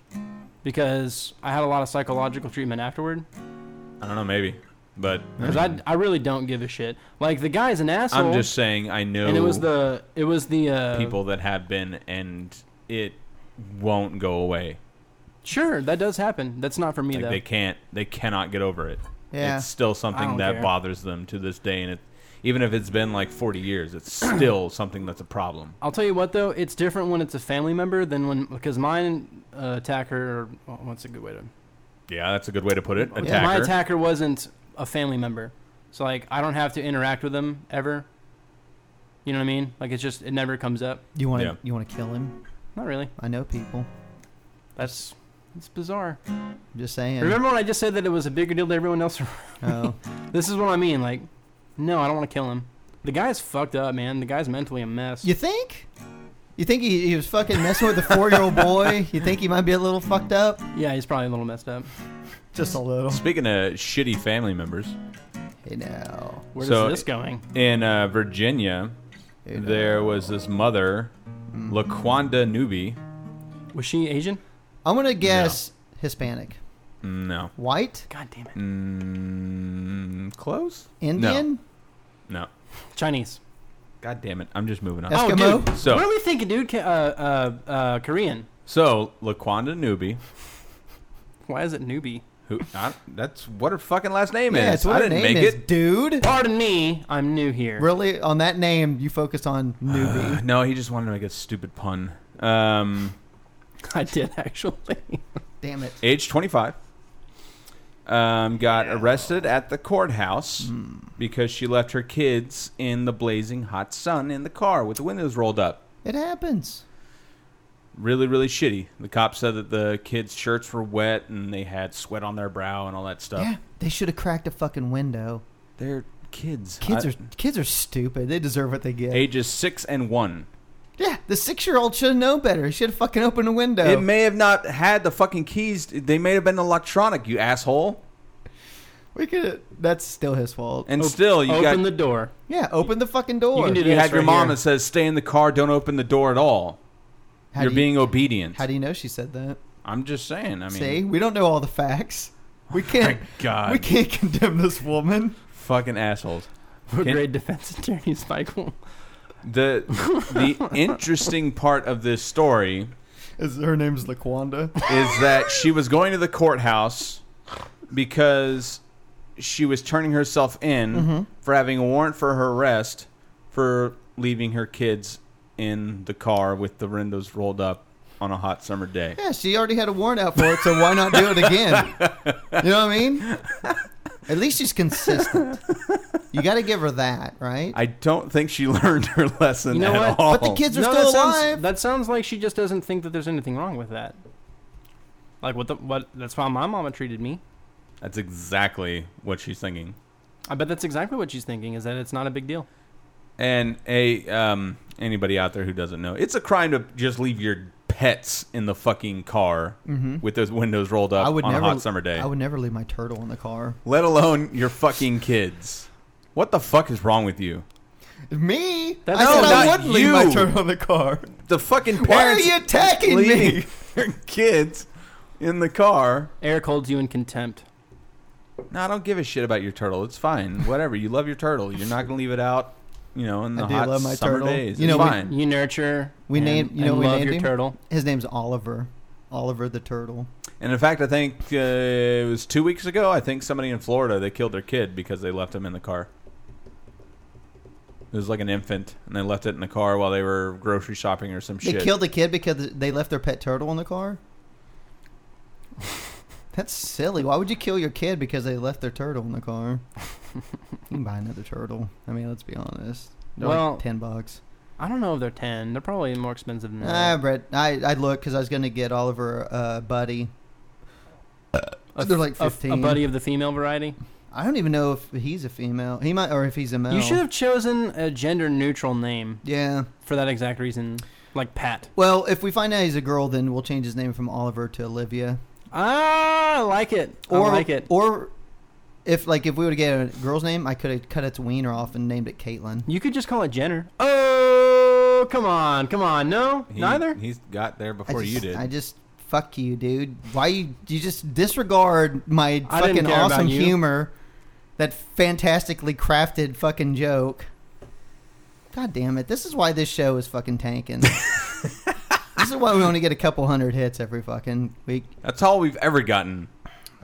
Speaker 5: because I had a lot of psychological treatment afterward.
Speaker 1: I don't know, maybe, but
Speaker 5: Because I, I really don't give a shit. Like the guy's an asshole.
Speaker 1: Mm-hmm. I'm just saying I know
Speaker 5: and it was the it was the uh,
Speaker 1: people that have been, and it won't go away.
Speaker 5: Sure, that does happen. That's not for me
Speaker 1: Like
Speaker 5: though.
Speaker 1: they can't, they cannot get over it.
Speaker 3: Yeah.
Speaker 1: It's still
Speaker 5: I
Speaker 1: something
Speaker 5: don't
Speaker 1: that
Speaker 5: care.
Speaker 1: bothers them to this day, and it, even if it's been like 40 years, it's still something that's a problem.
Speaker 5: I'll tell you what though, it's different when it's a family member than when because mine uh, attacker. Or, well, what's a good way to?
Speaker 1: Yeah, that's a good way to put it. Attacker.
Speaker 5: My attacker wasn't a family member, so like I don't have to interact with them ever. You know what I mean? Like it's just it never comes up.
Speaker 3: You want to
Speaker 1: Yeah.
Speaker 3: you want to kill him?
Speaker 5: Not really.
Speaker 3: I know people.
Speaker 5: That's it's bizarre.
Speaker 3: I'm just saying.
Speaker 5: Remember when I just said that it was a bigger deal to everyone else?
Speaker 3: Oh,
Speaker 5: this is what I mean. Like, no, I don't want to kill him. The guy's fucked up, man. The guy's mentally a mess.
Speaker 3: you think? You think he, he was fucking messing with a four year old boy? You think he might be a little fucked up?
Speaker 5: Yeah, he's probably a little messed up.
Speaker 3: Just a little.
Speaker 1: Speaking of shitty family members,
Speaker 3: You know.
Speaker 5: Where's
Speaker 1: So-
Speaker 5: this going?
Speaker 1: in uh, Virginia,
Speaker 3: You know.
Speaker 1: there was this mother,
Speaker 5: Mm.
Speaker 1: Laquanda Newby.
Speaker 5: Was she Asian?
Speaker 3: I'm gonna guess Hispanic,
Speaker 1: Mm, No.
Speaker 3: white,
Speaker 5: God damn it.
Speaker 1: Mm, close?
Speaker 3: Indian,
Speaker 1: No.
Speaker 5: Chinese.
Speaker 1: God damn it. I'm just moving on.
Speaker 3: That's- Eskimo?
Speaker 5: Oh, dude.
Speaker 1: So-
Speaker 5: what are we thinking, dude? Ca- Uh, uh, uh, Korean.
Speaker 1: So, Laquanda Newby,
Speaker 5: Why is it newbie?
Speaker 1: who, I, that's what her fucking last name
Speaker 3: yeah,
Speaker 1: is.
Speaker 3: it's what
Speaker 1: I
Speaker 3: her
Speaker 1: didn't
Speaker 3: name
Speaker 1: make
Speaker 3: is,
Speaker 1: it.
Speaker 3: dude.
Speaker 5: Pardon me, I'm new here.
Speaker 3: Really, on that name, you focused on newbie.
Speaker 1: No, he just wanted to make a stupid pun. Um,
Speaker 5: I did actually.
Speaker 3: Damn it.
Speaker 1: age 25, um, got arrested at the courthouse
Speaker 3: Hmm.
Speaker 1: because she left her kids in the blazing hot sun in the car with the windows rolled up.
Speaker 3: It happens.
Speaker 1: Really, really shitty. The cops said that the kids' shirts were wet and they had sweat on their brow and all that stuff.
Speaker 3: Yeah, they should have cracked a fucking window.
Speaker 1: They're kids.
Speaker 3: Kids
Speaker 1: I-
Speaker 3: are kids are stupid. They deserve what they get.
Speaker 1: ages six and one.
Speaker 3: Yeah, the six year old should have known better. He should have fucking opened a window.
Speaker 1: It may have not had the fucking keys. They may have been electronic, you asshole.
Speaker 3: we could. That's still his fault.
Speaker 1: And still, you
Speaker 5: Open
Speaker 1: got
Speaker 5: the door.
Speaker 3: yeah, open the fucking door.
Speaker 5: You can do
Speaker 1: you
Speaker 5: this
Speaker 1: had your
Speaker 5: right
Speaker 1: mom
Speaker 5: here.
Speaker 1: that says stay in the car, don't open the door at all.
Speaker 3: How
Speaker 1: You're
Speaker 3: do you-
Speaker 1: being obedient.
Speaker 3: How do you know she said that?
Speaker 1: I'm just saying. I mean,
Speaker 3: See, we don't know all the facts. We can't.
Speaker 1: God,
Speaker 3: we can't condemn this woman.
Speaker 1: fucking assholes.
Speaker 5: We're
Speaker 1: Can-
Speaker 5: great defense attorneys, Michael.
Speaker 1: The the interesting part of this story
Speaker 3: Is her name's Laquanda?
Speaker 1: is that she was going to the courthouse because she was turning herself in
Speaker 3: Mm-hmm.
Speaker 1: for having a warrant for her arrest for leaving her kids in the car with the windows rolled up on a hot summer day.
Speaker 3: Yeah, she already had a warrant out for it, so why not do it again? you know what I mean? At least she's consistent. You got to give her that, right?
Speaker 1: I don't think she learned her lesson
Speaker 5: You know
Speaker 1: at
Speaker 5: what?
Speaker 1: all.
Speaker 3: but the kids are
Speaker 5: No,
Speaker 3: still
Speaker 5: that sounds-
Speaker 3: alive.
Speaker 5: that sounds like she just doesn't think that there's anything wrong with that. Like what the what? That's how my mama treated me.
Speaker 1: That's exactly what she's thinking.
Speaker 5: I bet that's exactly what she's thinking. Is that it's not a big deal.
Speaker 1: And a um, anybody out there who doesn't know, it's a crime to just leave your pets in the fucking car with those windows rolled up
Speaker 3: Mm-hmm. I would
Speaker 1: on
Speaker 3: never
Speaker 1: a hot summer day.
Speaker 3: I would never leave my turtle in the car.
Speaker 1: Let alone your fucking kids. What the fuck is wrong with you?
Speaker 3: Me?
Speaker 5: That's-
Speaker 3: I
Speaker 5: No,
Speaker 3: said I
Speaker 1: not
Speaker 3: wouldn't leave my
Speaker 1: you.
Speaker 3: turtle in the car.
Speaker 1: The fucking parents.
Speaker 3: Why are you attacking
Speaker 1: leaving
Speaker 3: me?
Speaker 1: your kids in the car.
Speaker 5: Eric holds you in contempt.
Speaker 1: No, I don't give a shit about your turtle. It's fine. Whatever. You love your turtle. You're not gonna leave it out, you know, in
Speaker 3: I
Speaker 1: the
Speaker 3: do
Speaker 1: hot
Speaker 3: love my
Speaker 1: summer
Speaker 3: turtle.
Speaker 1: days.
Speaker 3: You
Speaker 1: it's
Speaker 3: know, we-
Speaker 1: fine.
Speaker 5: You nurture.
Speaker 3: We
Speaker 5: and,
Speaker 3: named- you
Speaker 5: and
Speaker 3: know we
Speaker 5: love
Speaker 3: named
Speaker 5: your
Speaker 3: him?
Speaker 5: turtle.
Speaker 3: His name's Oliver. Oliver the turtle.
Speaker 1: and in fact, I think uh, it was two weeks ago. I think somebody in Florida they killed their kid because they left him in the car. It was like an infant, and they left it in the car while they were grocery shopping or some
Speaker 3: They
Speaker 1: shit.
Speaker 3: killed the kid because they left their pet turtle in the car? That's silly. Why would you kill your kid because they left their turtle in the car? you can buy another turtle. I mean, let's be honest. They're like
Speaker 5: Well-
Speaker 3: 10 bucks.
Speaker 5: I don't know if they're ten. They're probably more expensive than
Speaker 3: Ah,
Speaker 5: that.
Speaker 3: Brett, I, I looked because I was going to get Oliver uh, buddy.
Speaker 5: A-
Speaker 3: Ah, they're like
Speaker 5: a-
Speaker 3: 15.
Speaker 5: A, buddy of the female variety.
Speaker 3: I don't even know if he's a female. He might, or if he's a male.
Speaker 5: You should have chosen a gender neutral name
Speaker 3: Yeah.
Speaker 5: for that exact reason, like Pat.
Speaker 3: Well, if we find out he's a girl, then we'll change his name from Oliver to Olivia.
Speaker 5: Ah, I like it.
Speaker 3: Or
Speaker 5: I like it.
Speaker 3: Or if like if we would get a girl's name, I could have cut its wiener off and named it Caitlin.
Speaker 5: You could just call it Jenner. Oh, come on, come on. No,
Speaker 1: He-
Speaker 5: neither.
Speaker 1: He's got there
Speaker 3: I
Speaker 1: before
Speaker 3: just,
Speaker 1: you did.
Speaker 3: I just fuck you, dude. Why you you just disregard my
Speaker 5: I didn't
Speaker 3: fucking
Speaker 5: care about
Speaker 3: awesome
Speaker 5: you.
Speaker 3: humor, that fantastically crafted fucking joke. God damn it! This is why this show is fucking tanking. this is why we only get a couple hundred hits every fucking week.
Speaker 1: That's all we've ever gotten.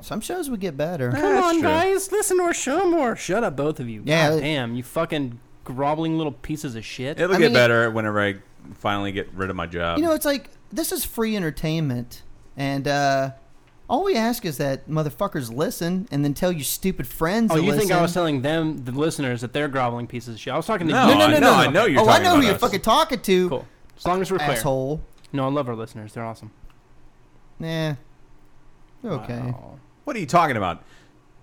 Speaker 3: Some shows would get better.
Speaker 5: Come
Speaker 1: That's
Speaker 5: on,
Speaker 1: true.
Speaker 5: guys, listen to our show more. Shut up, both of you.
Speaker 3: Yeah,
Speaker 5: God
Speaker 3: it-
Speaker 5: damn, you fucking groveling little pieces of shit.
Speaker 1: It'll
Speaker 3: I
Speaker 1: get
Speaker 3: mean-
Speaker 1: better whenever I finally get rid of my job.
Speaker 3: You know, it's like this is free entertainment, and uh, all we ask is that motherfuckers listen and then tell your stupid friends.
Speaker 5: oh,
Speaker 3: to
Speaker 5: you think I
Speaker 3: listen.
Speaker 5: was telling them, the listeners, that they're groveling pieces of shit? I was talking to
Speaker 1: No,
Speaker 5: you.
Speaker 1: No, no, I no, know, no, I no. know you're
Speaker 3: oh, I
Speaker 1: talking
Speaker 3: know
Speaker 1: about
Speaker 3: who you're
Speaker 1: us.
Speaker 3: fucking talking to,
Speaker 5: Cool. As long as we're clear.
Speaker 3: asshole.
Speaker 5: No, I love our listeners. They're awesome.
Speaker 3: Nah, you're okay.
Speaker 5: Wow.
Speaker 1: What are you talking about?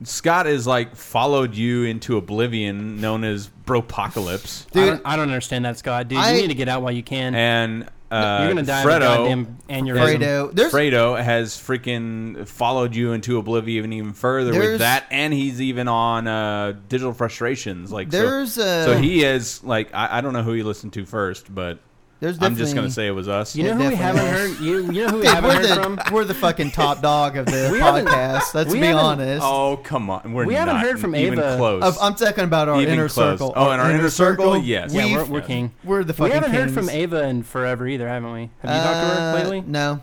Speaker 1: Scott is like followed you into oblivion, known as Bropocalypse,
Speaker 5: I,
Speaker 3: Dude,
Speaker 5: don't, I don't understand that, Scott. Dude,
Speaker 3: I-
Speaker 5: you need to get out while you can.
Speaker 1: and uh,
Speaker 5: You're gonna die of a
Speaker 1: Fredo,
Speaker 5: goddamn aneurysm.
Speaker 3: Fredo, there's
Speaker 1: Fredo has freaking followed you into oblivion even further
Speaker 3: There's-
Speaker 1: with that, and he's even on uh, Digital Frustrations. Like, so-
Speaker 3: there's uh,
Speaker 1: so, he is like I, I don't know who he listened to first, but
Speaker 3: there's
Speaker 1: I'm just
Speaker 3: definitely-
Speaker 1: gonna say it was us.
Speaker 5: You know
Speaker 3: It
Speaker 5: who we
Speaker 3: definitely
Speaker 5: haven't heard? You, you know who we
Speaker 3: Dude,
Speaker 5: haven't
Speaker 3: we're
Speaker 5: heard
Speaker 3: the
Speaker 5: from?
Speaker 3: we're the fucking top dog of the
Speaker 5: We haven't-
Speaker 3: podcast. Let's
Speaker 5: we
Speaker 3: be
Speaker 5: haven't-
Speaker 3: honest.
Speaker 1: oh come on, we're
Speaker 5: We haven't
Speaker 1: not
Speaker 5: heard from
Speaker 1: even
Speaker 5: Ava.
Speaker 1: close.
Speaker 3: Of- I'm talking about our
Speaker 1: Even
Speaker 3: inner
Speaker 1: close.
Speaker 3: circle.
Speaker 1: Oh, and our inner circle? Yes.
Speaker 5: Yeah,
Speaker 3: We've-
Speaker 5: we're, we're king.
Speaker 3: we're the
Speaker 5: We
Speaker 3: fucking.
Speaker 5: haven't heard
Speaker 3: kings.
Speaker 5: from Ava in forever either, haven't we? Have you talked to her
Speaker 3: Uh,
Speaker 5: lately?
Speaker 3: No,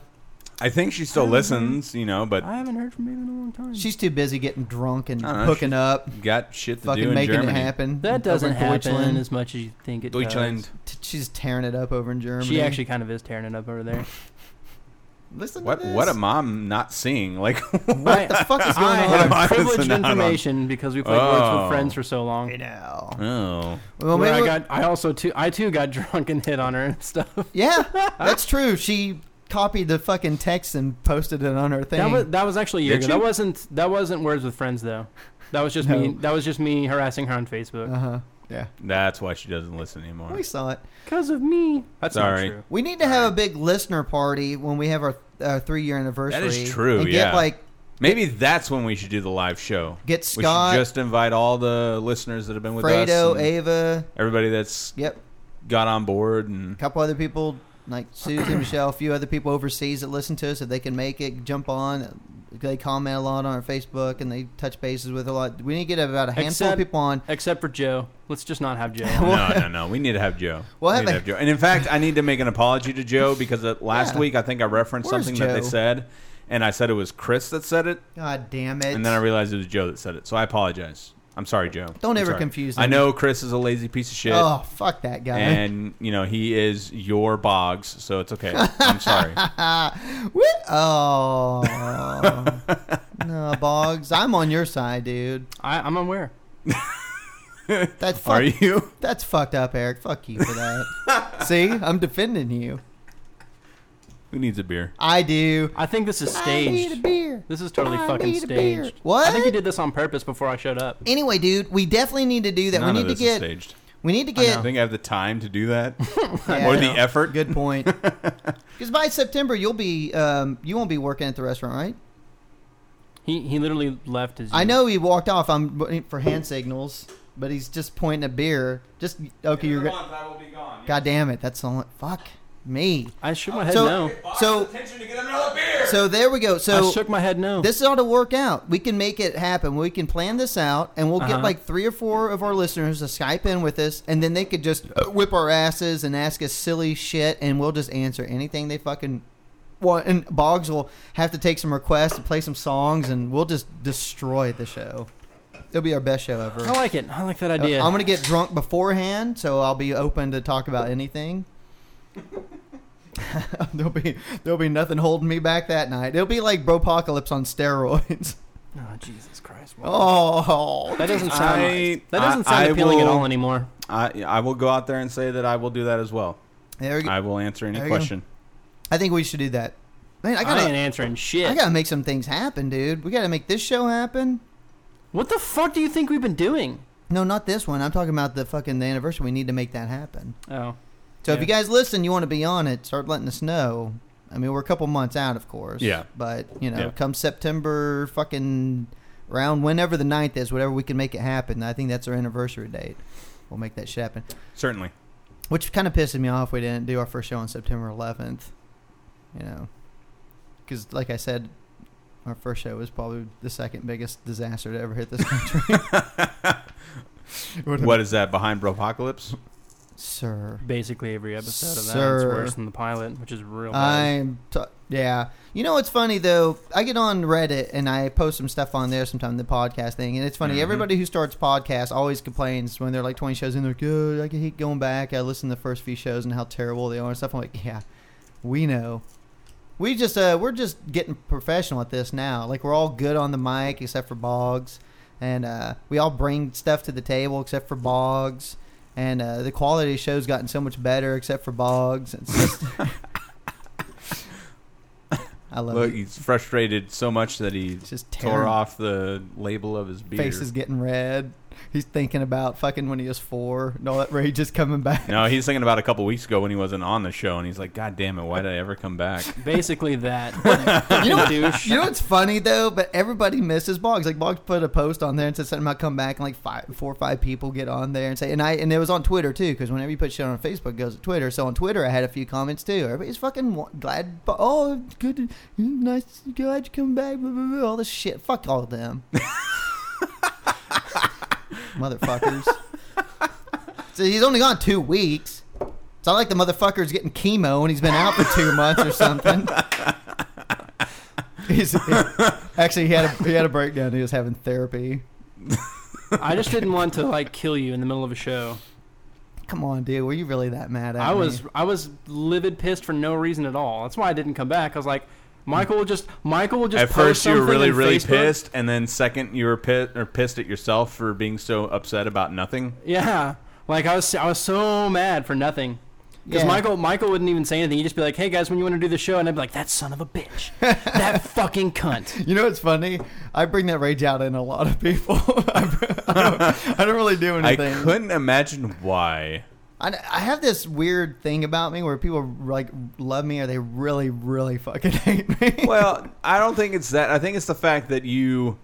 Speaker 1: I think she still listens, you know, but
Speaker 5: I haven't heard from Ava in a long time.
Speaker 3: she's too busy getting drunk and
Speaker 1: I don't know,
Speaker 3: hooking up,
Speaker 1: got shit to do
Speaker 3: fucking
Speaker 1: in
Speaker 3: making
Speaker 1: Germany.
Speaker 3: it happen.
Speaker 5: that doesn't
Speaker 3: over in
Speaker 5: happen
Speaker 3: Deutschland.
Speaker 5: as much as you think it
Speaker 1: Deutschland.
Speaker 3: T- She's tearing it up over in
Speaker 5: does.
Speaker 3: Germany.
Speaker 5: She actually kind of is tearing it up over there.
Speaker 3: listen.
Speaker 1: What
Speaker 3: to this.
Speaker 1: what am I not seeing? Like
Speaker 3: What the fuck is going
Speaker 5: I
Speaker 1: What
Speaker 3: on?
Speaker 1: am I
Speaker 5: have privileged
Speaker 1: missing out on?
Speaker 5: information because we played Words
Speaker 1: Oh.
Speaker 5: with Friends for so long.
Speaker 3: I know.
Speaker 1: oh.
Speaker 3: Well,
Speaker 5: Where
Speaker 3: maybe
Speaker 5: I
Speaker 3: we-
Speaker 5: got, I also too, I too got drunk and hit on her and stuff.
Speaker 3: yeah, that's true. She copied the fucking text and posted it on her thing.
Speaker 5: That was that was actually a year
Speaker 1: Did
Speaker 5: ago.
Speaker 1: you?
Speaker 5: That wasn't that wasn't Words with Friends though. That was just me.
Speaker 3: No.
Speaker 5: That was just me harassing her on Facebook
Speaker 3: uh huh. Yeah,
Speaker 1: That's why she doesn't listen anymore.
Speaker 3: we saw it.
Speaker 5: because of me. That's
Speaker 1: Sorry.
Speaker 5: not true.
Speaker 3: We need to have a big listener party when we have our, our three year anniversary.
Speaker 1: true,
Speaker 3: And
Speaker 1: yeah.
Speaker 3: get like
Speaker 1: Maybe that's when we should do the live show.
Speaker 3: Get
Speaker 1: We
Speaker 3: Scott-
Speaker 1: should just invite all the listeners that have been with us.
Speaker 3: Fredo,
Speaker 1: and
Speaker 3: Ava.
Speaker 1: Everybody that's
Speaker 3: Yep,
Speaker 1: got on board and
Speaker 3: a couple other people like Susan, Michelle, a few other people overseas that listen to us. If they can make it, jump on. They comment a lot on our Facebook and they touch bases with a lot. We need to get about a handful
Speaker 5: Except-
Speaker 3: of people on.
Speaker 5: Except for Joe. Let's just not have Joe.
Speaker 1: no, no, no. We need to have Joe.
Speaker 3: We'll
Speaker 1: we
Speaker 3: have
Speaker 1: need to
Speaker 3: a-
Speaker 1: have Joe. And in fact, I need to make an apology to Joe because uh, last
Speaker 3: Yeah.
Speaker 1: week I think I referenced
Speaker 3: Where's
Speaker 1: something that they
Speaker 3: Joe?
Speaker 1: said, and I said it was Chris that said it,
Speaker 3: God damn it!
Speaker 1: and then I realized it was Joe that said it. So I apologize. I'm sorry, Joe.
Speaker 3: Don't
Speaker 1: I'm
Speaker 3: ever
Speaker 1: sorry.
Speaker 3: confuse
Speaker 1: I
Speaker 3: them.
Speaker 1: know Chris is a lazy piece of shit,
Speaker 3: Oh, fuck that guy.
Speaker 1: and you know he is your Boggs, so it's okay. I'm sorry.
Speaker 3: What? Oh. no, Boggs. I'm on your side, dude.
Speaker 5: I, I'm aware.
Speaker 3: That's fuck,
Speaker 1: Are you?
Speaker 3: That's fucked up, Eric. Fuck you for that. See? I'm defending you.
Speaker 1: Who needs a beer?
Speaker 3: I do.
Speaker 5: I think this is
Speaker 6: I need a
Speaker 5: staged.
Speaker 6: beer.
Speaker 5: This is totally
Speaker 6: I
Speaker 5: fucking
Speaker 6: need a beer.
Speaker 5: staged.
Speaker 3: What?
Speaker 5: I think he did this on purpose before I showed up.
Speaker 3: Anyway, dude, we definitely need to do that.
Speaker 1: None
Speaker 3: we
Speaker 1: of
Speaker 3: need to
Speaker 1: this is
Speaker 3: get
Speaker 1: staged.
Speaker 3: we need to
Speaker 1: I
Speaker 3: get
Speaker 1: think I have the time to do that
Speaker 3: yeah,
Speaker 1: or the effort.
Speaker 3: good point. Cuz by September you'll be um, you won't be working at the restaurant, right?
Speaker 5: He he literally left his.
Speaker 3: I know he walked off. I'm waiting for hand signals, but he's just pointing a beer. Just okay, you're go-
Speaker 1: I will be gone.
Speaker 3: God damn it. That's the only fuck me.
Speaker 5: I shook my head
Speaker 3: So-
Speaker 5: no.
Speaker 3: So so there we go. So
Speaker 5: I shook my head no.
Speaker 3: this ought to work out. We can make it happen. We can plan this out, and we'll get
Speaker 5: Uh-huh.
Speaker 3: like three or four of our listeners to Skype in with us, and then they could just uh, whip our asses and ask us silly shit, and we'll just answer anything they fucking want. And Boggs will have to take some requests and play some songs, and we'll just destroy the show. It'll be our best show ever.
Speaker 5: I like it. I like that idea.
Speaker 3: Uh, I'm gonna get drunk beforehand, so I'll be open to talk about anything. there'll be there'll be nothing holding me back that night. It'll be like Bropocalypse on steroids.
Speaker 5: oh, Jesus Christ! Wow.
Speaker 3: Oh,
Speaker 5: that doesn't sound.
Speaker 1: I-
Speaker 5: that doesn't
Speaker 1: I- I
Speaker 5: sound appealing at
Speaker 1: will-
Speaker 5: all anymore.
Speaker 1: I, I will go out there and say that I will do that as well.
Speaker 3: there we go.
Speaker 1: I will answer any
Speaker 3: There you go.
Speaker 1: question.
Speaker 3: I think we should do that. Man, I
Speaker 5: I,
Speaker 3: gotta,
Speaker 5: ain't answering shit.
Speaker 3: I gotta make some things happen, dude. We gotta make this show happen.
Speaker 5: what the fuck do you think we've been doing?
Speaker 3: No, not this one. I'm talking about the fucking the anniversary. We need to make that happen.
Speaker 5: Oh,
Speaker 3: So if
Speaker 5: Yeah.
Speaker 3: you guys listen, you want to be on it, start letting us know. I mean, we're a couple months out, of course.
Speaker 1: Yeah.
Speaker 3: But you know,
Speaker 1: Yeah.
Speaker 3: come September, fucking round whenever the ninth is, whatever we can make it happen. I think that's our anniversary date. We'll make that shit happen.
Speaker 1: Certainly.
Speaker 3: Which kind of pisses me off. We didn't do our first show on September 11th. You know, because like I said, our first show was probably the second biggest disaster to ever hit this country.
Speaker 1: What is that behind Bropocalypse?
Speaker 3: sir?
Speaker 5: basically every episode of that is
Speaker 3: Sir.
Speaker 5: worse than the pilot, which is real. bad.
Speaker 3: I'm t- yeah. You know what's funny though? I get on Reddit and I post some stuff on there sometimes the podcast thing, and it's funny.
Speaker 5: Mm-hmm.
Speaker 1: Mhm.
Speaker 3: Everybody who starts podcasts always complains when they're like 20 shows in, they're good. I hate going back. I listen to the first few shows and how terrible they are and stuff. I'm like, yeah, we know. We just uh, we're just getting professional at this now. Like we're all good on the mic except for Boggs, and uh, we all bring stuff to the table except for Boggs. And uh, the quality of the show's gotten so much better except for Boggs. It's just I love
Speaker 1: Look,
Speaker 3: it.
Speaker 1: he's frustrated so much that he
Speaker 3: It's just
Speaker 1: tore
Speaker 3: tearing
Speaker 1: off the label of his beer.
Speaker 3: face is getting red. He's thinking about fucking when he was four and all that rage is coming back.
Speaker 1: No, he's thinking about a couple weeks ago when he wasn't on the show, and he's like, "God damn it, why did I ever come back?"
Speaker 5: Basically that.
Speaker 3: You know,
Speaker 5: douche.
Speaker 3: you know what's funny though? But everybody misses Boggs. Like Boggs put a post on there and said something about come back, and like five, four or five people get on there and say, and I and it was on Twitter too because whenever you put shit on Facebook, it goes to Twitter. So on Twitter, I had a few comments too. Everybody's fucking wa- glad. Bo- Oh, good, to- nice, glad you come back. Blah, blah, blah, all this shit. Fuck all of them, motherfuckers. so he's only gone two weeks. It's not like the motherfucker's getting chemo and he's been out for two months or something. He's, actually, he had a, he had a breakdown. He was having therapy.
Speaker 5: I just didn't want to like kill you in the middle of a show.
Speaker 3: Come on, dude. Were you really that mad at
Speaker 5: I
Speaker 3: me?
Speaker 5: was I was livid pissed for no reason at all. That's why I didn't come back. I was like, Michael will just Michael will just.
Speaker 1: at first,
Speaker 5: post
Speaker 1: you were
Speaker 5: something
Speaker 1: really,
Speaker 5: in
Speaker 1: really
Speaker 5: Facebook.
Speaker 1: pissed, and then second, you were pit- or pissed at yourself for being so upset about nothing.
Speaker 5: Yeah, like I was I was so mad for nothing. Because
Speaker 3: Yeah.
Speaker 5: Michael Michael wouldn't even say anything. He'd just be like, "Hey guys, when you want to do the show?" And I'd be like, "That son of a bitch, that fucking cunt."
Speaker 3: You know what's funny? I bring that rage out in a lot of people. I, don't, I don't really do
Speaker 1: I
Speaker 3: anything.
Speaker 1: couldn't imagine why.
Speaker 3: I, I have this weird thing about me where people like love me or they really, really fucking hate me.
Speaker 1: well, I don't think it's that. I think it's the fact that you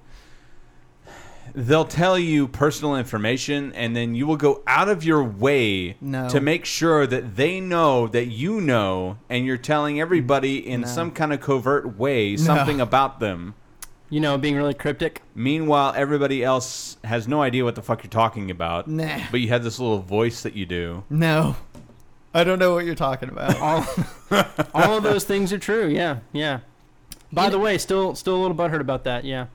Speaker 1: they'll tell you personal information and then you will go out of your way
Speaker 3: No.
Speaker 1: to make sure that they know that you know and you're telling everybody in
Speaker 3: No.
Speaker 1: some kind of covert way something about them.
Speaker 5: You know, being really cryptic.
Speaker 1: Meanwhile, everybody else has no idea what the fuck you're talking about.
Speaker 3: Nah.
Speaker 1: But you have this little voice that you do.
Speaker 3: No. I don't know what you're talking about.
Speaker 5: All, all of those things are true. Yeah, yeah. By
Speaker 3: You
Speaker 5: the way, still still a little butthurt about that. Yeah.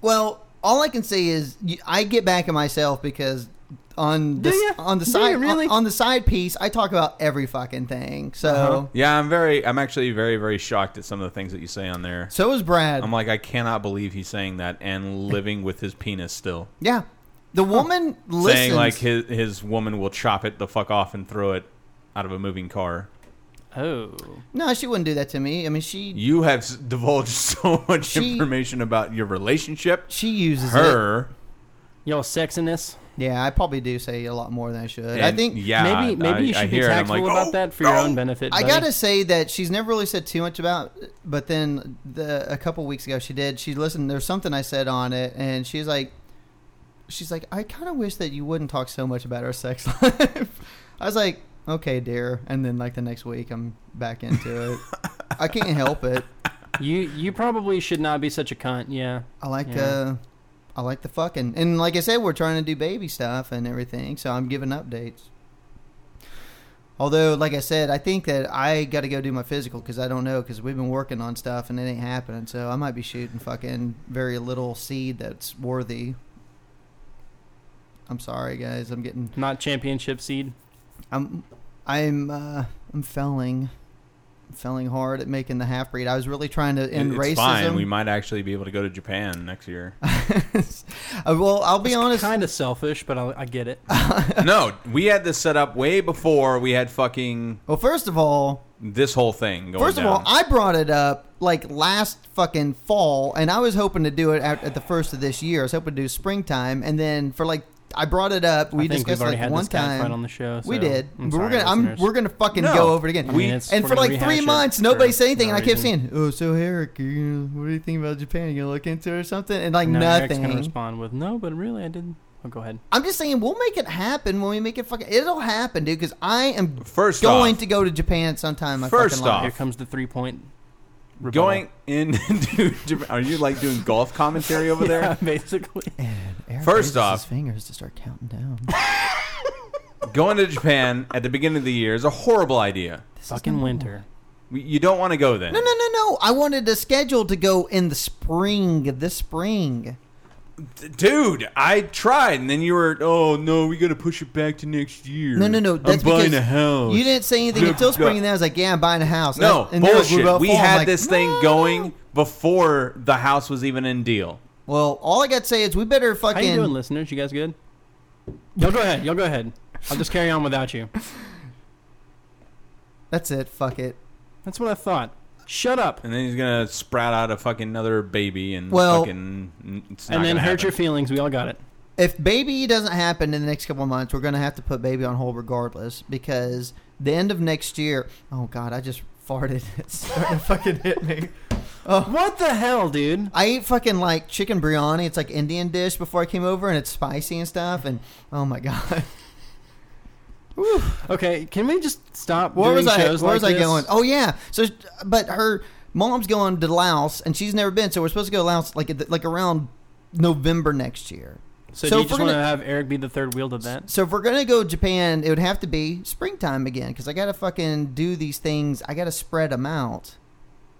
Speaker 3: Well, all I can say is y- I get back at myself because on
Speaker 5: Do
Speaker 3: the
Speaker 5: ya?
Speaker 3: on the
Speaker 5: Do
Speaker 3: side
Speaker 5: ya really?
Speaker 3: on, on the side piece I talk about every fucking thing. So
Speaker 5: Uh-huh.
Speaker 1: Yeah, I'm very, I'm actually very, very shocked at some of the things that you say on there.
Speaker 3: so is Brad.
Speaker 1: I'm like, I cannot believe he's saying that and living with his penis still.
Speaker 3: yeah, the woman listens.
Speaker 1: Saying like his his woman will chop it the fuck off and throw it out of a moving car.
Speaker 5: Oh.
Speaker 3: no, she wouldn't do that to me. I mean, she
Speaker 1: You have s- divulged so much
Speaker 3: She-
Speaker 1: information about your relationship,
Speaker 3: she uses it.
Speaker 1: her.
Speaker 5: Y'all sexiness?
Speaker 3: Yeah, I probably do say a lot more than I should.
Speaker 1: And
Speaker 3: I think
Speaker 1: yeah,
Speaker 5: maybe maybe
Speaker 1: I,
Speaker 5: you
Speaker 1: I
Speaker 5: should be
Speaker 1: hear it, I'm
Speaker 5: tactful
Speaker 1: like,
Speaker 5: about
Speaker 1: "Oh,
Speaker 5: that for your own benefit.
Speaker 3: I
Speaker 5: buddy.
Speaker 3: gotta say that she's never really said too much about, but then the a couple weeks ago she did. She listened. There's something I said on it, and she's like, she's like, I kind of wish that you wouldn't talk so much about our sex life. I was like, okay, dear. And then like the next week, I'm back into it. I can't help it.
Speaker 5: You you probably should not be such a cunt. Yeah.
Speaker 3: I like
Speaker 5: Yeah.
Speaker 3: uh, I like the fucking, and like I said, we're trying to do baby stuff and everything, so I'm giving updates. Although, like I said, I think that I got to go do my physical because I don't know because we've been working on stuff and it ain't happening. So I might be shooting fucking very little seed that's worthy. I'm sorry, guys. I'm getting
Speaker 5: Not championship seed.
Speaker 3: I'm I'm uh, I'm failing, I'm failing hard at making the half breed. I was really trying to end
Speaker 1: it's
Speaker 3: racism.
Speaker 1: fine. We might actually be able to go to Japan next year.
Speaker 3: Uh, well, I'll be honest.
Speaker 5: Kind of selfish, but I, I get it.
Speaker 1: no, we had this set up way before we had fucking
Speaker 3: Well, first of all,
Speaker 1: this whole thing going
Speaker 3: First of all,
Speaker 1: down.
Speaker 3: I brought it up like last fucking fall, and I was hoping to do it at, at the first of this year. I was hoping to do springtime, and then for like I brought it up. We
Speaker 5: I think
Speaker 3: discussed
Speaker 5: we've already
Speaker 3: like
Speaker 5: had
Speaker 3: one
Speaker 5: this kind of
Speaker 3: time.
Speaker 5: fight on the show.
Speaker 3: we
Speaker 5: so
Speaker 3: did,
Speaker 5: I'm
Speaker 3: but we're
Speaker 5: sorry,
Speaker 3: gonna I'm,
Speaker 5: listeners.
Speaker 3: we're gonna fucking
Speaker 1: No.
Speaker 3: go over it again.
Speaker 5: I mean,
Speaker 1: we-
Speaker 5: it's-
Speaker 3: and
Speaker 5: we're
Speaker 3: for
Speaker 5: gonna
Speaker 3: like three
Speaker 5: rehash it
Speaker 3: months,
Speaker 5: for
Speaker 3: nobody said anything,
Speaker 5: no
Speaker 3: and I kept
Speaker 5: reason.
Speaker 3: saying, "Oh, so Eric, you know, what do you think about Japan? You gonna look into it or something?" And like
Speaker 5: No, Eric's
Speaker 3: nothing.
Speaker 5: gonna respond with no, but really, I didn't. Oh, go ahead.
Speaker 3: I'm just saying we'll make it happen when we make it fucking. It'll happen, dude. Because I am
Speaker 1: First
Speaker 3: going
Speaker 1: off,
Speaker 3: to go to Japan sometime. in My
Speaker 1: First
Speaker 3: fucking life.
Speaker 1: off,
Speaker 5: Here comes the three point. rebuttal.
Speaker 1: going into Japan. Are you like doing golf commentary over
Speaker 5: Yeah,
Speaker 1: there?
Speaker 5: basically.
Speaker 3: Eric
Speaker 1: First
Speaker 3: raises
Speaker 1: off-
Speaker 3: his fingers to start counting down.
Speaker 1: Going to Japan at the beginning of the year is a horrible idea.
Speaker 5: Fucking winter.
Speaker 1: We- You don't want to go then.
Speaker 3: No, no, no, no. I wanted to schedule to go in the spring, this spring.
Speaker 1: D- Dude, I tried, and then you were, oh no, we got to push it back to next year.
Speaker 3: No, no, no. That's
Speaker 1: I'm buying
Speaker 3: because
Speaker 1: a house.
Speaker 3: You didn't say anything
Speaker 1: Look,
Speaker 3: until spring,
Speaker 1: look.
Speaker 3: and then I was like, yeah, I'm buying a house. And
Speaker 1: No
Speaker 3: that- and they were like, "What
Speaker 1: bullshit.
Speaker 3: about
Speaker 1: We
Speaker 3: fall?" I'm
Speaker 1: had
Speaker 3: like,
Speaker 1: this thing
Speaker 3: "No."
Speaker 1: going before the house was even in deal.
Speaker 3: Well, all I got to say is we better
Speaker 5: How you doing,
Speaker 3: fucking.
Speaker 5: listeners? You guys good? Y'all go ahead. Y'all go ahead. I'll just carry on without you.
Speaker 3: That's it. Fuck it.
Speaker 5: That's what I thought. Shut up.
Speaker 1: And then he's gonna sprout out a fucking another baby and
Speaker 3: Well-
Speaker 1: fucking. It's
Speaker 5: and
Speaker 1: not
Speaker 5: then
Speaker 1: gonna
Speaker 5: hurt
Speaker 1: happen.
Speaker 5: your feelings. We all got it.
Speaker 3: If baby doesn't happen in the next couple of months, we're gonna have to put baby on hold regardless because the end of next year. Oh God, I just farted. It's starting to fucking hit me.
Speaker 5: What the hell, dude?
Speaker 3: I ate fucking like chicken biryani. It's like Indian dish before I came over, and it's spicy and stuff. And oh my god,
Speaker 5: Okay, can we just stop
Speaker 3: where
Speaker 5: doing
Speaker 3: was I? Where
Speaker 5: shows like
Speaker 3: was I
Speaker 5: this?
Speaker 3: going? Oh yeah. So, but her mom's going to Laos, and she's never been. So we're supposed to go to Laos like at the- like around November next year.
Speaker 5: So,
Speaker 3: So if we're
Speaker 5: do you just want to
Speaker 3: gonna-
Speaker 5: have Eric be the third wheel to that?
Speaker 3: So if we're gonna go to Japan, it would have to be springtime again because I gotta fucking do these things. I gotta spread them out.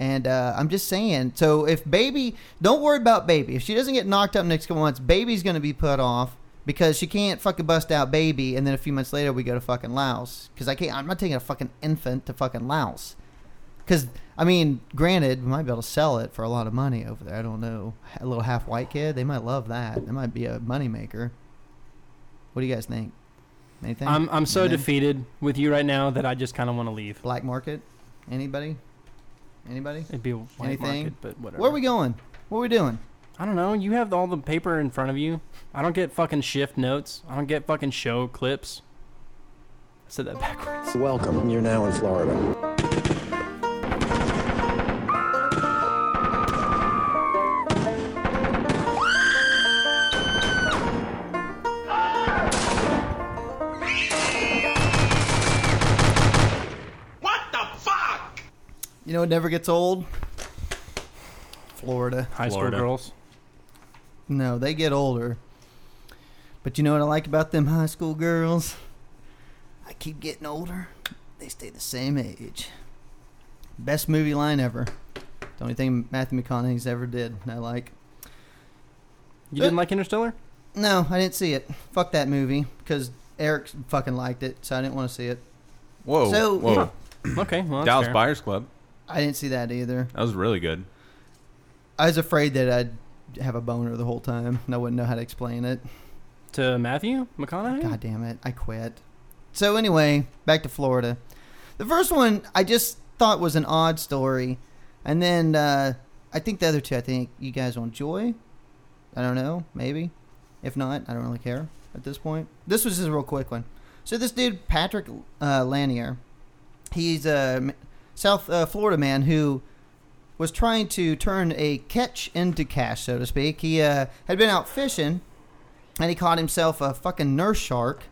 Speaker 3: And uh, I'm just saying. So if baby, don't worry about baby. If she doesn't get knocked up next couple months, baby's gonna be put off because she can't fucking bust out baby. And then a few months later, we go to fucking Laos because I can't. I'm not taking a fucking infant to fucking Laos. Because I mean, granted, we might be able to sell it for a lot of money over there. I don't know. A little half white kid, they might love that. That might be a moneymaker. What do you guys think? Anything?
Speaker 5: I'm I'm so
Speaker 3: Anything?
Speaker 5: defeated with you right now that I just kind of want to leave.
Speaker 3: Black market? Anybody? Anybody?
Speaker 5: It'd be a white
Speaker 3: Anything?
Speaker 5: market, but whatever.
Speaker 3: Where are we going? What are we doing?
Speaker 5: I don't know. You have all the paper in front of you. I don't get fucking shift notes. I don't get fucking show clips. I said that backwards.
Speaker 7: Welcome. You're now in Florida.
Speaker 3: You know, it never gets old. Florida.
Speaker 5: High
Speaker 1: Florida.
Speaker 5: school girls.
Speaker 3: No, they get older. But you know what I like about them high school girls? I keep getting older. They stay the same age. Best movie line ever. The only thing Matthew McConaughey's ever did, and I like.
Speaker 5: You didn't like Interstellar?
Speaker 3: No, I didn't see it. Fuck that movie because Eric fucking liked it, so I didn't want to see it.
Speaker 1: Whoa,
Speaker 3: So-
Speaker 1: whoa!
Speaker 3: Huh.
Speaker 5: Okay, well, that's
Speaker 1: Dallas
Speaker 5: fair.
Speaker 1: Buyers Club.
Speaker 3: I didn't see that either.
Speaker 1: That was really good.
Speaker 3: I was afraid that I'd have a boner the whole time, and I wouldn't know how to explain it.
Speaker 5: to Matthew McConaughey.
Speaker 3: God damn it, I quit. So anyway, back to Florida. The first one I just thought was an odd story, and then uh, I think the other two I think you guys will enjoy. I don't know, maybe. If not, I don't really care at this point. This was just a real quick one. So this dude Patrick uh, Lanier, he's a m- South uh, Florida man who was trying to turn a catch into cash, so to speak. He uh, had been out fishing and he caught himself a fucking nurse shark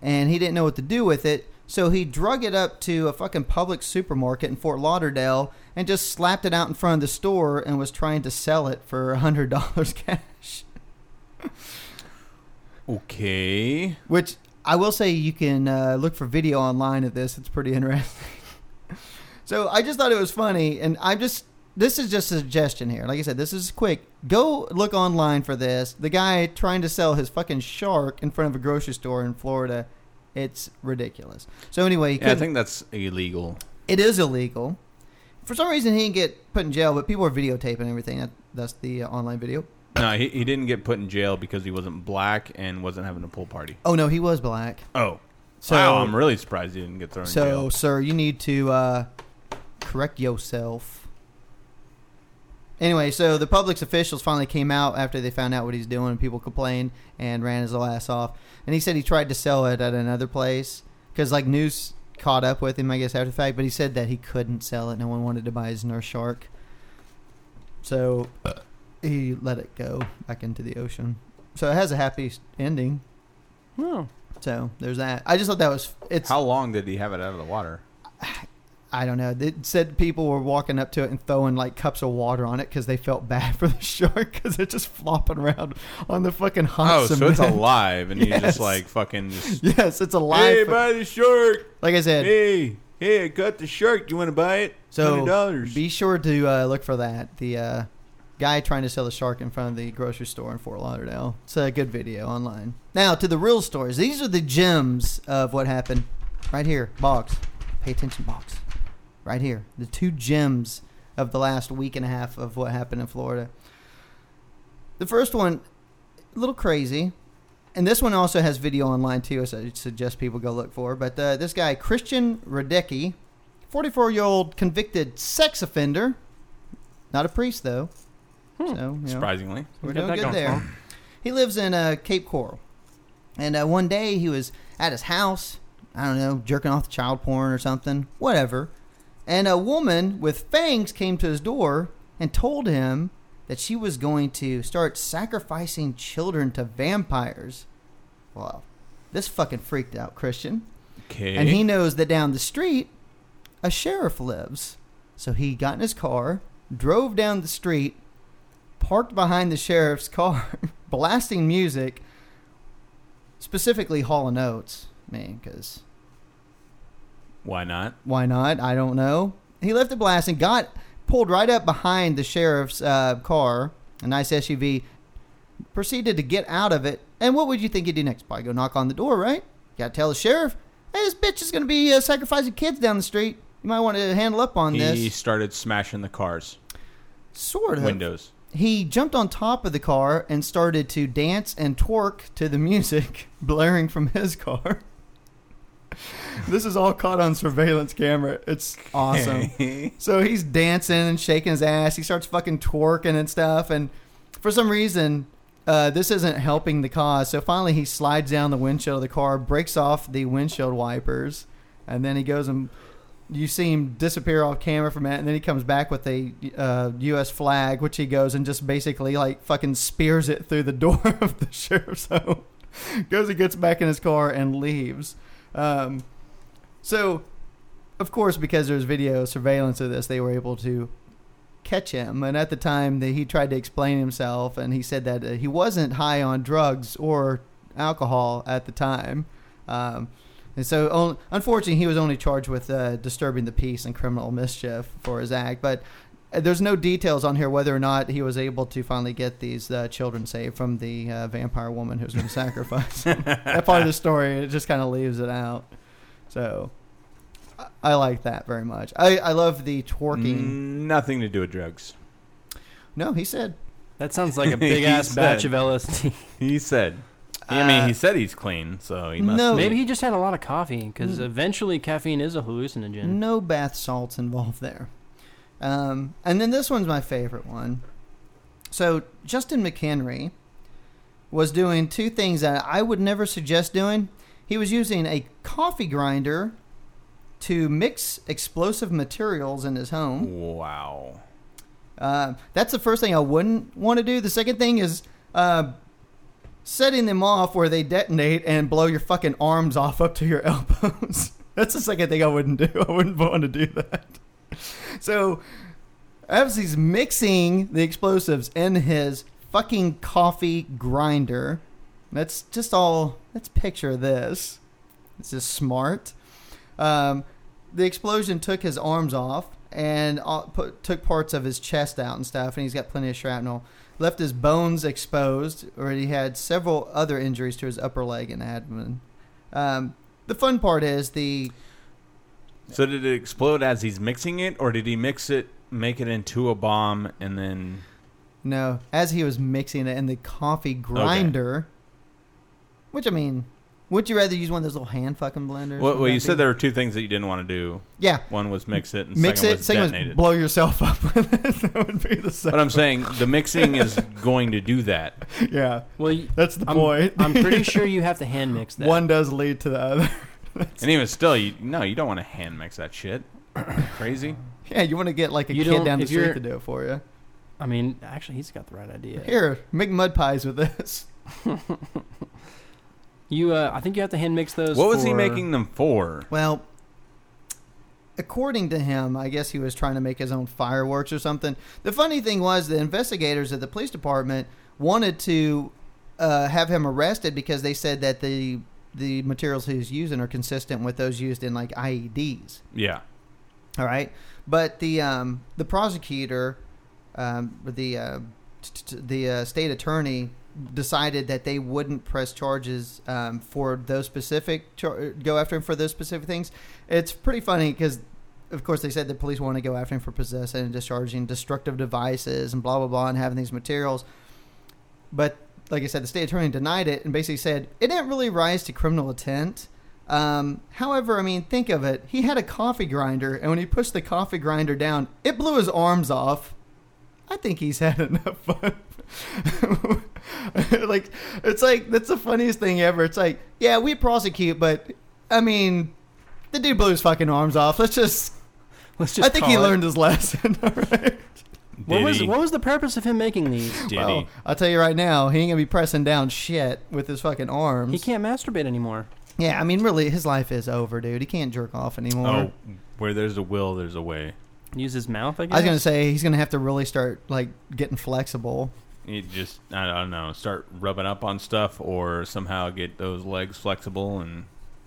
Speaker 3: and he didn't know what to do with it so he drug it up to a fucking public supermarket in fort lauderdale and just slapped it out in front of the store and was trying to sell it for a hundred dollars cash
Speaker 1: Okay.
Speaker 3: which i will say you can uh, look for video online of this it's pretty interesting so i just thought it was funny and i just this is just a suggestion here like i said this is quick go look online for this the guy trying to sell his fucking shark in front of a grocery store in florida it's ridiculous so anyway you
Speaker 1: Yeah, I
Speaker 3: couldn't-
Speaker 1: think that's illegal.
Speaker 3: it is illegal. For some reason, he didn't get put in jail, but people are videotaping everything. That, that's the uh, online video.
Speaker 1: No, he, he didn't get put in jail because he wasn't black and wasn't having a pool party.
Speaker 3: Oh no, he was black.
Speaker 1: Oh,
Speaker 3: So,
Speaker 1: wow! I'm really surprised he didn't get thrown in
Speaker 3: so
Speaker 1: jail.
Speaker 3: sir, you need to uh, correct yourself. Anyway, so the public's officials finally came out after they found out what he's doing, and people complained and ran his little ass off. And he said he tried to sell it at another place because like news caught up with him, I guess after the fact. But he said that he couldn't sell it; no one wanted to buy his nurse shark. So he let it go back into the ocean. So it has a happy ending.
Speaker 5: No.
Speaker 3: So there's that. I just thought that was it's
Speaker 1: How long did he have it out of the water?
Speaker 3: I don't know. It said people were walking up to it and throwing like cups of water on it because they felt bad for the shark because it's just flopping around on the fucking hot
Speaker 1: Oh, so
Speaker 3: cement.
Speaker 1: it's alive, and he's
Speaker 3: Yes.
Speaker 1: just like fucking. Just,
Speaker 3: yes, it's
Speaker 1: hey,
Speaker 3: alive.
Speaker 1: buy the shark!
Speaker 3: like I said,
Speaker 1: Hey, hey, I got the shark. Do you want to buy it?
Speaker 3: So,
Speaker 1: dollars.
Speaker 3: be sure to uh, look for that. The uh, guy trying to sell the shark in front of the grocery store in Fort Lauderdale. It's a good video online. Now to the real stories. These are the gems of what happened right here. Box, pay attention, box. Right here, the two gems of the last week and a half of what happened in Florida. The first one, a little crazy. And this one also has video online too, so I suggest people go look for. But uh, this guy, Christian Radecki, 44 year old convicted sex offender. Not a priest, though. So, you know,
Speaker 1: Surprisingly,
Speaker 3: we're
Speaker 5: Get
Speaker 3: doing
Speaker 5: that
Speaker 3: good
Speaker 5: going
Speaker 3: there. He lives in uh, Cape Coral. And uh, one day he was at his house, I don't know, jerking off the child porn or something, whatever. And a woman with fangs came to his door and told him that she was going to start sacrificing children to vampires. Well, this fucking freaked out Christian.
Speaker 1: okay.
Speaker 3: And he knows that down the street, a sheriff lives. So he got in his car, drove down the street, parked behind the sheriff's car, blasting music, specifically Hall and Oates. Man, because
Speaker 1: Why not?
Speaker 3: why not? I don't know. He left it blasting, got pulled right up behind the sheriff's uh, car, a nice SUV, proceeded to get out of it. And what would you think he'd do next? Probably go knock on the door, right? Got to tell the sheriff, hey, this bitch is going to be uh, sacrificing kids down the street. You might want to handle up on
Speaker 1: he
Speaker 3: this.
Speaker 1: started smashing the cars
Speaker 3: Sort of.
Speaker 1: windows.
Speaker 3: He jumped on top of the car and started to dance and twerk to the music blaring from his car. this is all caught on surveillance camera. It's awesome. so he's dancing and shaking his ass. He starts fucking twerking and stuff. And for some reason, uh, this isn't helping the cause. So finally, he slides down the windshield of the car, breaks off the windshield wipers, and then he goes and you see him disappear off camera from it, and then he comes back with a uh, U.S. flag, which he goes and just basically like fucking spears it through the door of the sheriff's home. goes and gets back in his car and leaves. Um, so, of course, because there's video surveillance of this, they were able to catch him. And at the time, that he tried to explain himself, and he said that uh, he wasn't high on drugs or alcohol at the time. Um, and so, on- unfortunately, he was only charged with uh, disturbing the peace and criminal mischief for his act. But Uh, There's no details on here whether or not he was able to finally get these uh, children saved from the uh, vampire woman who's going to sacrifice. him. that part of the story it just kind of leaves it out. So I, I like that very much. I, I love the
Speaker 1: Mm-hmm.
Speaker 3: twerking.
Speaker 1: Mm, Nothing to do with drugs.
Speaker 3: No, he said.
Speaker 5: That sounds like a
Speaker 1: He
Speaker 5: big ass
Speaker 1: said.
Speaker 5: batch of LSD.
Speaker 1: He said. I mean,
Speaker 3: Uh,
Speaker 1: he said he's clean, so he must.
Speaker 3: No.
Speaker 1: be.
Speaker 5: Maybe he just had a lot of coffee
Speaker 3: Mm.
Speaker 5: because eventually caffeine is a hallucinogen.
Speaker 3: No bath salts involved there. Um, and then this one's my favorite one. So Justin McHenry was doing two things that I would never suggest doing. He was using a coffee grinder to mix explosive materials in his home.
Speaker 1: Wow.
Speaker 3: Uh, that's the first thing I wouldn't want to do. The second thing is uh, setting them off where they detonate and blow your fucking arms off up to your elbows. that's the second thing I wouldn't do. I wouldn't want to do that. So, obviously, he's mixing the explosives in his fucking coffee grinder. That's just all. Let's picture this. This is smart. Um, the explosion took his arms off and uh, put, took parts of his chest out and stuff, and he's got plenty of shrapnel. Left his bones exposed, or he had several other injuries to his upper leg and abdomen. Um, the fun part is the
Speaker 1: So did it explode as he's mixing it, or did he mix it, make it into a bomb, and then?
Speaker 3: no, as he was mixing it in the coffee grinder, which I mean, would you rather use one of those little hand fucking blenders?
Speaker 1: Well, well, you
Speaker 3: That'd
Speaker 1: said
Speaker 3: be-
Speaker 1: there were two things that you didn't want to do.
Speaker 3: Yeah,
Speaker 1: One was mix it, and
Speaker 3: mix
Speaker 1: second
Speaker 3: it.
Speaker 1: was
Speaker 3: Second
Speaker 1: detonate
Speaker 3: was
Speaker 1: it.
Speaker 3: blow yourself up with it. that would be the
Speaker 1: But
Speaker 3: second.
Speaker 1: I'm saying the mixing is going to do that.
Speaker 3: Yeah,
Speaker 5: Well, y-
Speaker 3: that's the
Speaker 5: I'm,
Speaker 3: point.
Speaker 5: I'm pretty sure you have to hand mix that.
Speaker 3: one does lead to the other.
Speaker 1: And even still, you no, you don't want to hand mix that shit. Crazy.
Speaker 3: Yeah, you want to get like a
Speaker 5: You
Speaker 3: kid
Speaker 5: don't-
Speaker 3: down the
Speaker 5: if you're-
Speaker 3: street to do it for you.
Speaker 5: I mean, actually, he's got the right idea.
Speaker 3: Here, make mud pies with this.
Speaker 5: You, uh, I think you have to hand mix those.
Speaker 1: What was he
Speaker 5: for-
Speaker 1: making them for?
Speaker 3: Well, according to him, I guess he was trying to make his own fireworks or something. The funny thing was, the investigators at the police department wanted to uh, have him arrested because they said that the the materials he was using are consistent with those used in like E IEDs.
Speaker 1: Yeah.
Speaker 3: All right, but the um, the prosecutor, um, the uh, t- t- the uh, state attorney decided that they wouldn't press charges um, for those specific char- go after him for those specific things. It's pretty funny because. Of course, they said the police want to go after him for possessing and discharging destructive devices and blah blah blah and having these materials. But like I said, the state attorney denied it and basically said it didn't really rise to criminal intent. Um, however, I mean, think of it. He had a coffee grinder, and when he pushed the coffee grinder down, it blew his arms off. I think he's had enough fun. like, it's like, that's the funniest thing ever. It's like, yeah, we prosecute, but I mean, the dude blew his fucking arms off. Let's just,
Speaker 5: Let's just
Speaker 3: I think
Speaker 5: call
Speaker 3: he
Speaker 5: it.
Speaker 3: learned his lesson. All right.
Speaker 1: Did
Speaker 5: What was
Speaker 1: he?
Speaker 5: what was the purpose of him making these?
Speaker 1: Did
Speaker 3: Well,
Speaker 1: he?
Speaker 3: I'll tell you right now, he ain't gonna be pressing down shit with his fucking arms.
Speaker 5: He can't masturbate anymore.
Speaker 3: Yeah, I mean, really, his life is over, dude. He can't jerk off anymore.
Speaker 1: Oh, where there's a will, there's a way.
Speaker 5: Use his mouth. I guess.
Speaker 3: I was gonna say he's gonna have to really start like getting flexible.
Speaker 1: You just I don't know, start rubbing up on stuff, or somehow get those legs flexible and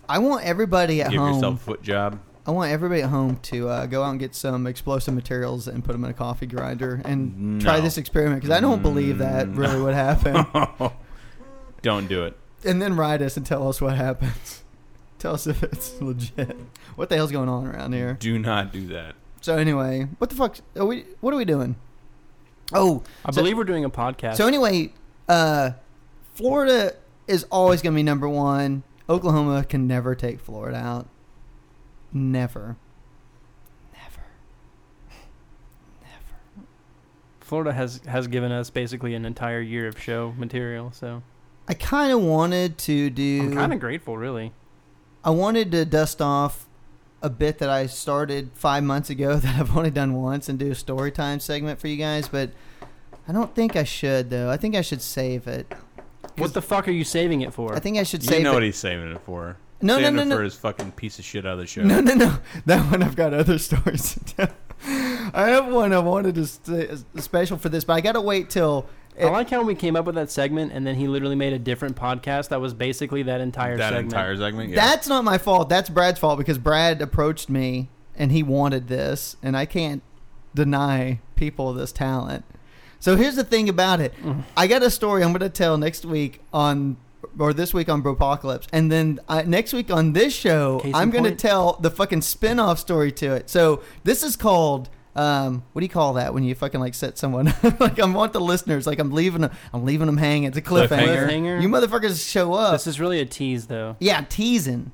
Speaker 3: I want everybody at
Speaker 1: give
Speaker 3: home.
Speaker 1: yourself a foot job.
Speaker 3: I want everybody at home to uh, go out and get some explosive materials and put them in a coffee grinder and try
Speaker 1: No.
Speaker 3: this experiment because I don't believe that
Speaker 1: Mm.
Speaker 3: really would happen.
Speaker 1: Don't do it.
Speaker 3: and then write us and tell us what happens. tell us if it's legit. What the hell's going on around here?
Speaker 1: Do not do that.
Speaker 3: So anyway, what the fuck are we? What are we doing? Oh,
Speaker 5: I
Speaker 3: so-
Speaker 5: believe we're doing a podcast.
Speaker 3: So anyway, uh, Florida is always going to be number one. Oklahoma can never take Florida out. Never. Never. Never.
Speaker 5: Florida has has given us basically an entire year of show material, so
Speaker 3: I kind of wanted to
Speaker 5: I'm
Speaker 3: do.
Speaker 5: kind of grateful, really.
Speaker 3: I wanted to dust off a bit that I started five months ago that I've only done once and do a story time segment for you guys, but I don't think I should though. I think I should save it.
Speaker 5: What the fuck are you saving it for?
Speaker 3: I think I should
Speaker 1: You
Speaker 3: save
Speaker 1: know
Speaker 3: it.
Speaker 1: what he's saving it for.
Speaker 3: No, no,
Speaker 1: saving
Speaker 3: no,
Speaker 1: it
Speaker 3: no.
Speaker 1: for his fucking piece of shit out of the show.
Speaker 3: No, no, no. That one I've got other stories to tell. I have one I wanted to st- special for this, but I gotta wait till.
Speaker 5: I like how we came up with that segment, and then he literally made a different podcast that was basically that entire
Speaker 1: that
Speaker 5: segment.
Speaker 1: entire segment. Yeah.
Speaker 3: That's not my fault. That's Brad's fault because Brad approached me and he wanted this, and I can't deny people this talent. So here's the thing about it.
Speaker 5: Mm.
Speaker 3: I got a story I'm going to tell next week on, or this week on Bropocalypse, and then uh, next week on this show,
Speaker 5: Case in
Speaker 3: I'm going to
Speaker 5: point.
Speaker 3: tell the fucking spin-off story to it. So this is called. Um, what do you call that when you fucking like set someone up? like I want the listeners like I'm leaving them I'm leaving them hanging. It's a cliffhanger.
Speaker 5: Cliffhanger.
Speaker 3: You motherfuckers show up.
Speaker 5: This is really a tease, though.
Speaker 3: Yeah, teasing.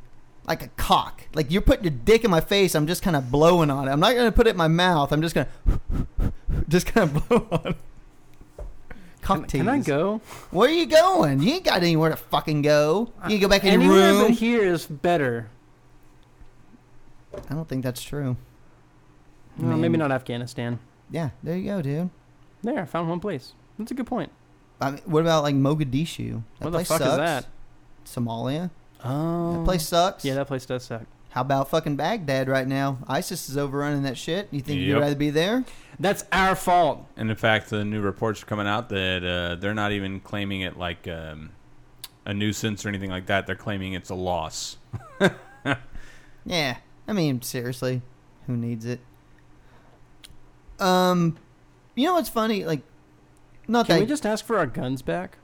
Speaker 3: Like a cock. Like you're putting your dick in my face. I'm just kind of blowing on it. I'm not going to put it in my mouth. I'm just going to just kind of blow on it. Cock
Speaker 5: Can, can I
Speaker 3: tease.
Speaker 5: go?
Speaker 3: Where are you going? You ain't got anywhere to fucking go. You can go back in your
Speaker 5: Anywhere but
Speaker 3: room.
Speaker 5: here is better.
Speaker 3: I don't think that's true.
Speaker 5: No,
Speaker 3: Man.
Speaker 5: maybe not Afghanistan.
Speaker 3: Yeah, there you go, dude.
Speaker 5: There, I found one place. That's a good point.
Speaker 3: I mean, what about like Mogadishu? That
Speaker 5: What the
Speaker 3: place
Speaker 5: fuck
Speaker 3: sucks.
Speaker 5: is that?
Speaker 3: Somalia.
Speaker 5: Oh,
Speaker 3: That place sucks.
Speaker 5: Yeah, that place does suck.
Speaker 3: How about fucking Baghdad right now? ISIS is overrunning that shit. You think you'd
Speaker 1: Yep.
Speaker 3: rather be there?
Speaker 5: That's our fault.
Speaker 1: And in fact, the new reports are coming out that uh, they're not even claiming it like um, a nuisance or anything like that. They're claiming it's a loss.
Speaker 3: Yeah. I mean, seriously, who needs it? Um, you know what's funny? Like, not
Speaker 5: Can
Speaker 3: that
Speaker 5: we just ask for our guns back?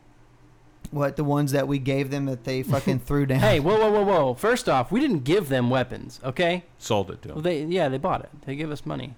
Speaker 3: what the ones that we gave them that they fucking threw down.
Speaker 5: Hey, whoa, whoa, whoa, whoa! First off, we didn't give them weapons, okay?
Speaker 1: Sold it to them.
Speaker 5: Well, they yeah, they bought it. They gave us money.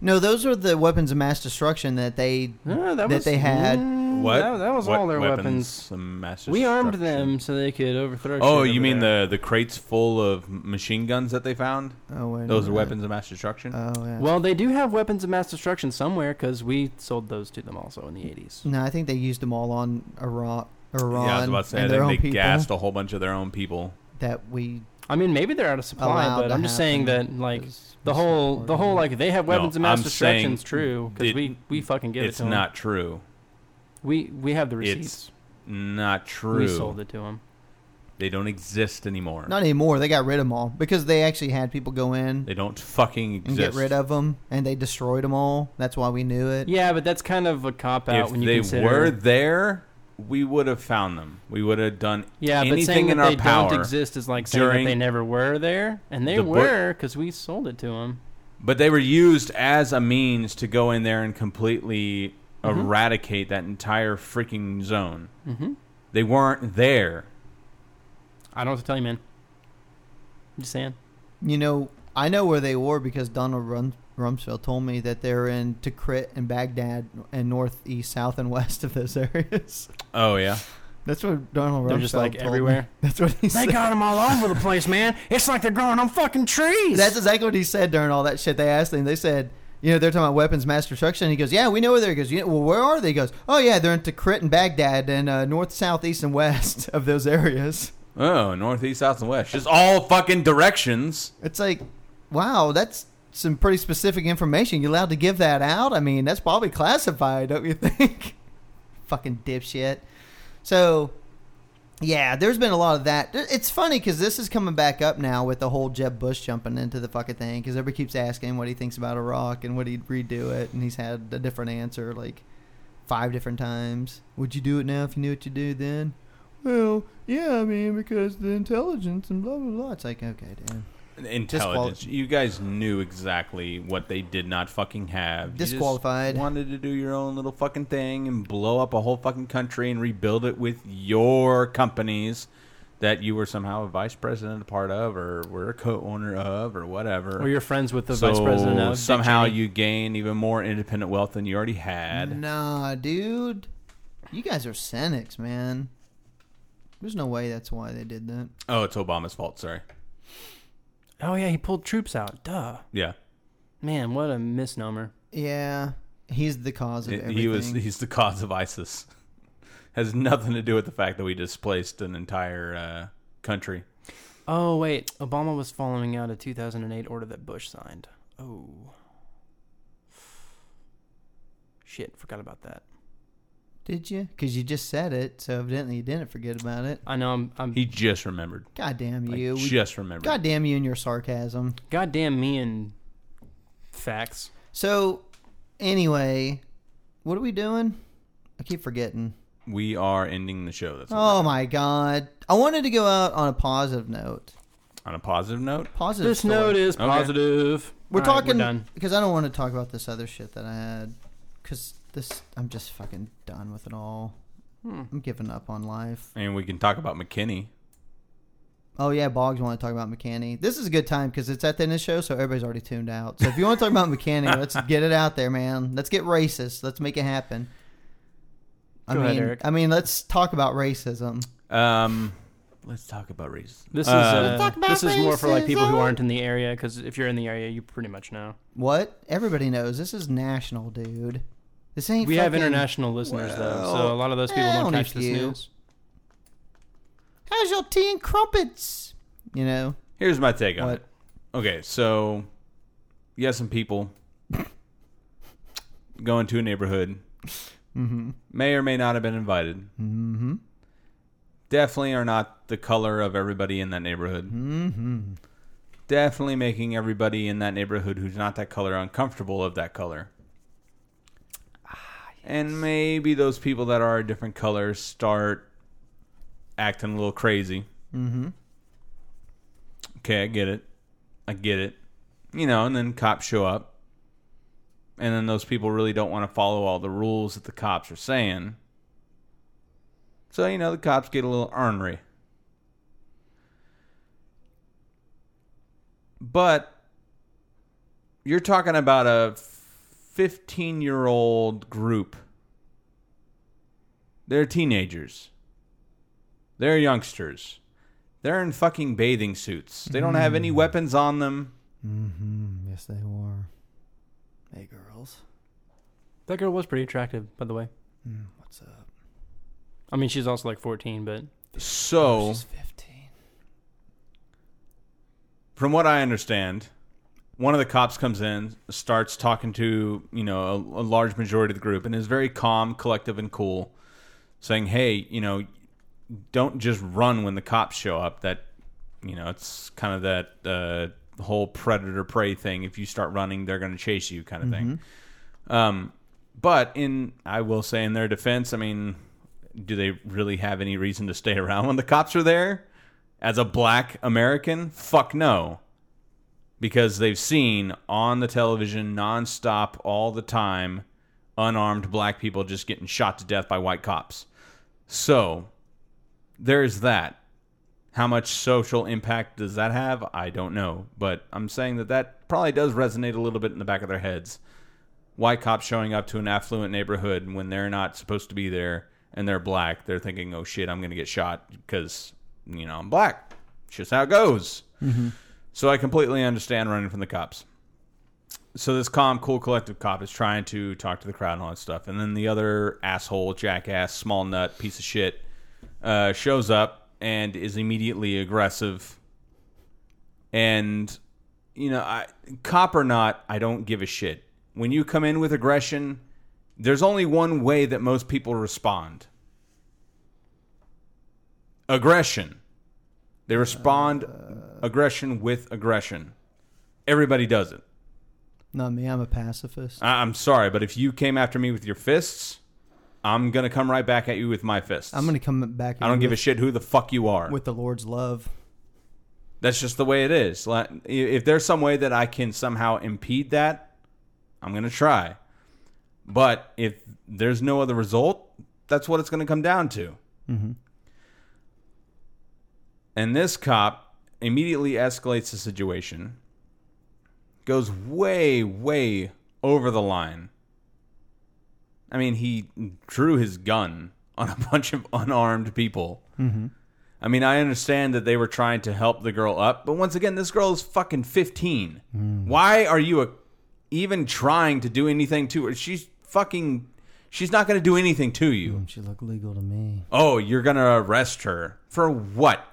Speaker 3: no, those are the weapons of mass destruction that they
Speaker 5: No, Uh, that,
Speaker 3: That
Speaker 5: was,
Speaker 3: they had.
Speaker 5: Mm,
Speaker 1: what?
Speaker 5: That, that was
Speaker 1: What
Speaker 5: all their weapons.
Speaker 1: Some mass
Speaker 5: We armed
Speaker 1: destruction.
Speaker 5: them so they could overthrow.
Speaker 1: Oh, you mean the the crates full of machine guns that they found?
Speaker 3: Oh, wait, a
Speaker 1: Those are
Speaker 3: minute.
Speaker 1: weapons of mass destruction.
Speaker 3: Oh yeah.
Speaker 5: Well, they do have weapons of mass destruction somewhere because we sold those to them also in the eighties.
Speaker 3: no, I think they used them all on Iraq, Iran,
Speaker 1: yeah, I was about to say. I
Speaker 3: and their
Speaker 1: think
Speaker 3: own
Speaker 1: they
Speaker 3: people
Speaker 1: gassed a whole bunch of their own people.
Speaker 3: that we.
Speaker 5: I mean, maybe they're out of supply,
Speaker 3: Allowed
Speaker 5: but
Speaker 3: to
Speaker 5: I'm just saying
Speaker 3: happen
Speaker 5: that like
Speaker 3: because
Speaker 5: the
Speaker 3: we
Speaker 5: whole
Speaker 3: supported
Speaker 5: the whole like they have weapons
Speaker 1: No,
Speaker 5: of mass
Speaker 1: I'm saying
Speaker 5: destruction's true because
Speaker 1: it-
Speaker 5: we we fucking give
Speaker 1: It's
Speaker 5: it to them.
Speaker 1: not true.
Speaker 5: We we have the receipts.
Speaker 1: Not true.
Speaker 5: We sold it to them.
Speaker 1: They don't exist anymore.
Speaker 3: Not anymore. They got rid of them all because they actually had people go in
Speaker 1: they don't fucking
Speaker 3: and
Speaker 1: exist.
Speaker 3: get rid of them, and they destroyed them all. That's why we knew it.
Speaker 5: Yeah, but that's kind of a cop out
Speaker 1: If
Speaker 5: uh, when you
Speaker 1: they
Speaker 5: consider.
Speaker 1: were there, we would have found them. We would have done
Speaker 5: yeah, but
Speaker 1: anything
Speaker 5: saying
Speaker 1: in
Speaker 5: that
Speaker 1: our
Speaker 5: they
Speaker 1: power.
Speaker 5: don't exist is like saying
Speaker 1: during
Speaker 5: that they never were there, and they
Speaker 1: the
Speaker 5: were
Speaker 1: bu-
Speaker 5: 'cause were because we sold it to them.
Speaker 1: But they were used as a means to go in there and completely eradicate that entire freaking zone.
Speaker 5: Mm-hmm.
Speaker 1: They weren't there.
Speaker 5: I don't know what to tell you, man. I'm just saying.
Speaker 3: You know, I know where they were because Donald Rum- Rumsfeld told me that they're in Tikrit and Baghdad and north, east, south, and west of those areas.
Speaker 1: Oh yeah,
Speaker 3: That's what Donald Rumsfeld
Speaker 5: They're just, like,
Speaker 3: told me.
Speaker 5: everywhere.
Speaker 3: That's what he said.
Speaker 5: got them all over the place, man. It's like they're growing on fucking trees.
Speaker 3: That's exactly what he said during all that shit. They asked him. They said, you know, they're talking about weapons mass destruction. He goes, yeah, we know where they're. He goes, "Yeah, well, where are they? He goes, oh yeah, they're in Tikrit and Baghdad and uh, north, south, east, and west of those areas.
Speaker 1: Oh, northeast, south, and west. Just all fucking directions.
Speaker 3: It's like, wow, that's some pretty specific information. You allowed to give that out? I mean, that's probably classified, don't you think? Fucking dipshit. So, yeah, there's been a lot of that. There- It's funny because this is coming back up now with the whole Jeb Bush jumping into the fucking thing because everybody keeps asking what he thinks about Iraq and would he redo it, and he's had a different answer like five different times. Would you do it now if you knew what you do then? Well, yeah, I mean, because the intelligence and blah, blah, blah. It's like, okay, dude.
Speaker 1: Intelligence.
Speaker 3: Disqual-
Speaker 1: you guys knew exactly what they did not fucking have. You just
Speaker 3: Disqualified.
Speaker 1: wanted to do your own little fucking thing and blow up a whole fucking country and rebuild it with your companies that you were somehow a vice president a part of or were a co-owner of or whatever.
Speaker 5: Or you're friends with the
Speaker 1: so
Speaker 5: vice president of Dick
Speaker 1: somehow
Speaker 5: Cheney.
Speaker 1: you gain even more independent wealth than you already
Speaker 3: Mm-hmm.
Speaker 1: had.
Speaker 3: Nah, dude. You guys are cynics, man. There's no way that's why they did that.
Speaker 1: Oh, it's Obama's fault. Sorry.
Speaker 5: Oh yeah, he pulled troops out. Duh.
Speaker 1: Yeah,
Speaker 5: Man, what a misnomer.
Speaker 3: Yeah. He's the cause of
Speaker 1: It-
Speaker 3: everything.
Speaker 1: he was. He's the cause of ISIS. Has nothing to do with the fact that we displaced an entire uh, country.
Speaker 5: Oh wait, Obama was following out a 2008 order that Bush signed. Oh. Shit, forgot about that.
Speaker 3: Did you? Because you just said it, so evidently you didn't forget about it.
Speaker 5: I know I'm I'm
Speaker 1: He just remembered.
Speaker 3: God damn
Speaker 1: Like,
Speaker 3: you. We-
Speaker 1: just remembered.
Speaker 3: God damn you and your sarcasm.
Speaker 5: goddamn me and facts.
Speaker 3: So, anyway, what are we doing? I keep forgetting.
Speaker 1: We are ending the show. That's all.
Speaker 3: Oh my god. I wanted to go out on a positive note.
Speaker 1: on a positive note.
Speaker 3: Positive
Speaker 5: This
Speaker 3: story.
Speaker 5: note is
Speaker 1: Okay.
Speaker 5: positive.
Speaker 3: We're
Speaker 5: All right, we're
Speaker 3: talking
Speaker 5: done.
Speaker 3: because I don't want to talk about this other shit that I had because this I'm just fucking done with it all.
Speaker 5: Hmm.
Speaker 3: I'm giving up on life.
Speaker 1: And we can talk about McKinney.
Speaker 3: Oh yeah, Boggs want to talk about McCanny. This is a good time because it's at the end of the show, so everybody's already tuned out. So if you want to talk about McCanny, let's get it out there, man. Let's get racist. Let's make it happen. I
Speaker 5: Go
Speaker 3: mean,
Speaker 5: ahead, Eric.
Speaker 3: I mean, let's talk about racism.
Speaker 1: Um, let's talk about racism.
Speaker 5: This is
Speaker 1: Uh,
Speaker 5: uh, this is more for like people who aren't in the area because if you're in the area, you pretty much know.
Speaker 3: What everybody knows, this is national, dude. This ain't.
Speaker 5: We have
Speaker 3: fucking-
Speaker 5: international listeners though, so
Speaker 3: Well,
Speaker 5: a lot of those people
Speaker 3: eh,
Speaker 5: don't
Speaker 3: only
Speaker 5: catch this
Speaker 3: few.
Speaker 5: news.
Speaker 3: How's your tea and crumpets? You know
Speaker 1: Here's my take on
Speaker 3: What?
Speaker 1: it. Okay, so you have some people going to a neighborhood. Mm-hmm. May or may not have been invited. Mm-hmm. Definitely are not the color of everybody in that neighborhood. Mm-hmm. Definitely making everybody in that neighborhood who's not that color uncomfortable of that color. Ah, And maybe those people that are a different color start acting a little crazy. Okay, I get it. I get it. You know, and then cops show up. And then those people really don't want to follow all the rules that the cops are saying. So, you know, the cops get a little ornery. But you're talking about a 15 year old group. They're teenagers, they're youngsters. They're in fucking bathing suits. They don't have any weapons on them.
Speaker 3: Yes, they were. Hey, girls.
Speaker 5: That girl was pretty attractive, by the way.
Speaker 3: Hmm, What's up?
Speaker 5: I mean, she's also like 14, but
Speaker 1: So,
Speaker 3: 15.
Speaker 1: from what I understand, one of the cops comes in, starts talking to, you know, a, a large majority of the group and is very calm, collective and cool, saying, "Hey, you know, don't just run when the cops show up. That, you know, it's kind of that uh, whole predator prey thing. If you start running, they're going to chase you kind of thing." Um, but in I will say in their defense, I mean, do they really have any reason to stay around when the cops are there? As a black American, fuck no. Because they've seen on the television nonstop all the time unarmed black people just getting shot to death by white cops. So there's that. How much social impact does that have? I don't know. But I'm saying that that probably does resonate a little bit in the back of their heads. White cops showing up to an affluent neighborhood when they're not supposed to be there and they're black, they're thinking, oh shit, I'm going to get shot because, you know, I'm black. It's just how it goes. So I completely understand running from the cops. So this calm, cool, collective cop is trying to talk to the crowd and all that stuff. And then the other asshole, jackass, small nut, piece of shit uh, shows up and is immediately aggressive. And you know, I, cop or not, I don't give a shit. When you come in with aggression, there's only one way that most people respond. Aggression. They respond aggression with aggression. Everybody does it.
Speaker 3: Not me. I'm a pacifist.
Speaker 1: I- I'm sorry, but if you came after me with your fists, I'm gonna come right back at you with my fists.
Speaker 3: I'm gonna come back.
Speaker 1: I don't
Speaker 3: in
Speaker 1: give a
Speaker 3: with,
Speaker 1: shit who the fuck you are.
Speaker 3: with the Lord's love.
Speaker 1: That's just the way it is. Like, i- If there's some way that I can somehow impede that, I'm going to try. But if there's no other result, that's what it's going to come down to. And this cop immediately escalates the situation, goes way, way over the line. I mean, he drew his gun on a bunch of unarmed people. I mean, I understand that they were trying to help the girl up, but once again, this girl is fucking 15. Why are you a, even trying to do anything to her? She's fucking. She's not going to do anything to you.
Speaker 3: She look legal to me.
Speaker 1: Oh, you're going to arrest her. For what?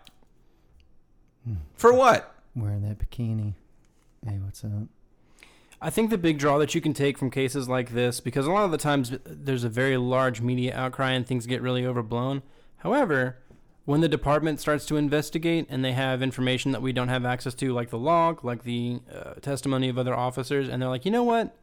Speaker 1: For what?
Speaker 3: Wearing that bikini. Hey, what's up?
Speaker 5: I think the big draw that you can take from cases like this, because a lot of the times there's a very large media outcry and things get really overblown. However, when the department starts to investigate and they have information that we don't have access to, like the log, like the uh, testimony of other officers, and they're like, you know what?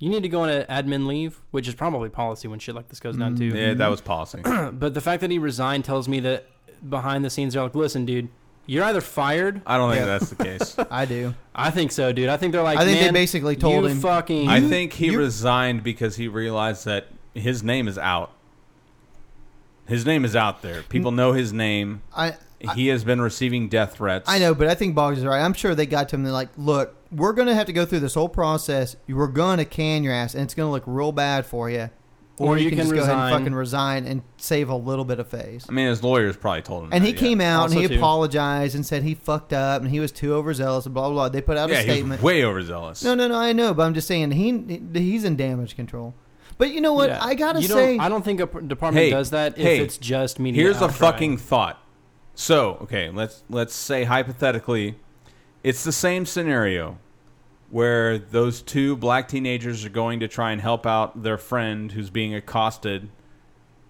Speaker 5: You need to go on an admin leave, which is probably policy when shit like this goes
Speaker 3: Mm,
Speaker 5: down, too.
Speaker 1: Yeah, that was policy.
Speaker 5: But the fact that he resigned tells me that behind the scenes, they're like, listen, dude, You're either fired.
Speaker 1: I don't think
Speaker 3: Yeah.
Speaker 1: that's the case.
Speaker 3: I do.
Speaker 5: I think so, dude. I think they're like.
Speaker 3: I think they
Speaker 5: "Man,
Speaker 3: basically told
Speaker 5: you
Speaker 3: him-
Speaker 5: Fucking.
Speaker 1: I think he
Speaker 3: you-
Speaker 1: resigned because he realized that his name is out. His name is out there. People know his name.
Speaker 3: Mm. I
Speaker 1: He has been receiving death threats.
Speaker 3: I know, but I think Boggs is right. I'm sure they got to him. They're like, look, we're going to have to go through this whole process. You were going to can your ass, and it's going to look real bad for you.
Speaker 5: Or you can
Speaker 3: just go ahead
Speaker 5: resign.
Speaker 3: and fucking resign and save a little bit of face.
Speaker 1: I mean, his lawyers probably told him.
Speaker 3: And
Speaker 1: that,
Speaker 3: he
Speaker 1: yeah.
Speaker 3: came out
Speaker 5: Also,
Speaker 3: and he
Speaker 5: too.
Speaker 3: apologized and said he fucked up and he was too overzealous and blah blah. blah. They put out
Speaker 1: Yeah,
Speaker 3: a
Speaker 1: he was
Speaker 3: statement.
Speaker 1: way overzealous.
Speaker 3: No, no, no. I know, but I'm just saying he he's in damage control. But you know what?
Speaker 5: Yeah.
Speaker 3: I gotta
Speaker 5: You don't-
Speaker 3: say,
Speaker 5: I don't think a p- department
Speaker 1: Hey,
Speaker 5: does that if
Speaker 1: hey,
Speaker 5: it's just media.
Speaker 1: Here's a
Speaker 5: outcry.
Speaker 1: fucking thought. So, okay, let's let's say hypothetically, it's the same scenario where those two black teenagers are going to try and help out their friend who's being accosted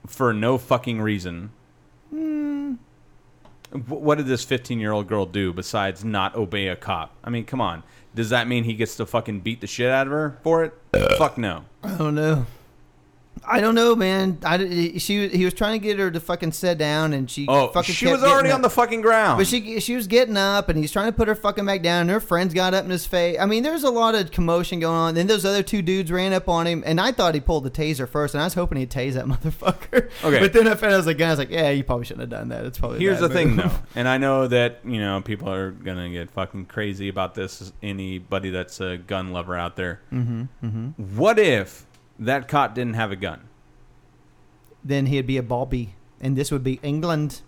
Speaker 1: for no fucking reason. Hmm. Wh- What did this 15-year-old girl do besides not obey a cop? I mean, come on. Does that mean he gets to fucking beat the shit out of her for it? Fuck no.
Speaker 3: I don't know. I don't know, man. I di- she he was trying to get her to fucking sit down, and she
Speaker 1: Oh,
Speaker 3: fucking
Speaker 1: she
Speaker 3: kept
Speaker 1: was already
Speaker 3: getting
Speaker 1: on the
Speaker 3: up.
Speaker 1: fucking ground.
Speaker 3: But she she was getting up, and he's trying to put her fucking back down. And her friends got up in his face. I mean, there's a lot of commotion going on. Then those other two dudes ran up on him, and I thought he pulled the taser first, and I was hoping he'd tase that motherfucker.
Speaker 1: Okay.
Speaker 3: But then I found out as a guy, I was like, yeah, you probably shouldn't have done that. It's probably a
Speaker 1: Here's
Speaker 3: bad
Speaker 1: the thing,
Speaker 3: move.
Speaker 1: though, and I know that you know people are gonna get fucking crazy about this. Anybody that's a gun lover out there, mm-hmm, mm-hmm. what if that cop didn't have a gun?
Speaker 3: Then he'd be a Bobby, and this would be England.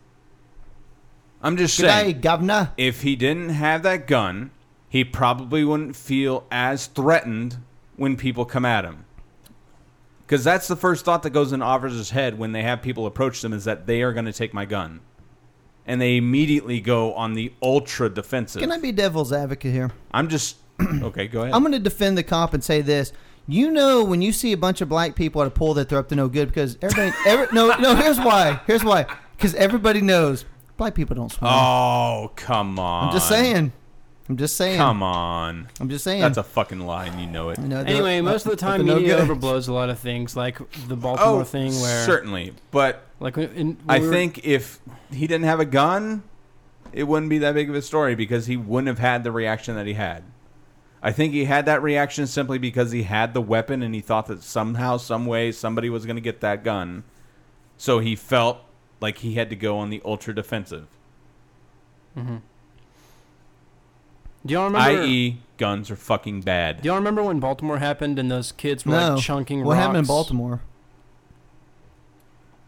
Speaker 1: I'm just
Speaker 3: Good day,
Speaker 1: saying,
Speaker 3: governor.
Speaker 1: if he didn't have that gun, he probably wouldn't feel as threatened when people come at him. Because that's the first thought that goes in an officer's head when they have people approach them is that they are gonna take my gun, and they immediately go on the ultra defensive.
Speaker 3: Can I be devil's advocate here?
Speaker 1: I'm just okay. Go ahead.
Speaker 3: I'm going to defend the cop and say this. You know when you see a bunch of black people at a pool that they're up to no good because everybody. every, no, no. Here's why. Here's why. Because everybody knows black people don't swim.
Speaker 1: Oh, come on.
Speaker 3: I'm just saying. I'm just saying.
Speaker 1: Come on.
Speaker 3: I'm just saying.
Speaker 1: That's a fucking lie, and you know it.
Speaker 3: You know, they're-
Speaker 5: Anyway, most of the
Speaker 3: up to
Speaker 5: time,
Speaker 3: no
Speaker 5: media
Speaker 3: good.
Speaker 5: overblows a lot of things, like the Baltimore
Speaker 1: Oh,
Speaker 5: thing, where
Speaker 1: certainly. But
Speaker 5: like when- in, when
Speaker 1: I
Speaker 5: we were-
Speaker 1: think if he didn't have a gun, it wouldn't be that big of a story because he wouldn't have had the reaction that he had. I think he had that reaction simply because he had the weapon and he thought that somehow, some way, somebody was going to get that gun. So he felt like he had to go on the ultra defensive,
Speaker 5: Do y'all remember?
Speaker 1: i.e., e guns are fucking bad.
Speaker 5: do y'all remember when Baltimore happened and those kids were
Speaker 3: No.
Speaker 5: like chunking?
Speaker 3: what
Speaker 5: rocks?
Speaker 3: happened in Baltimore?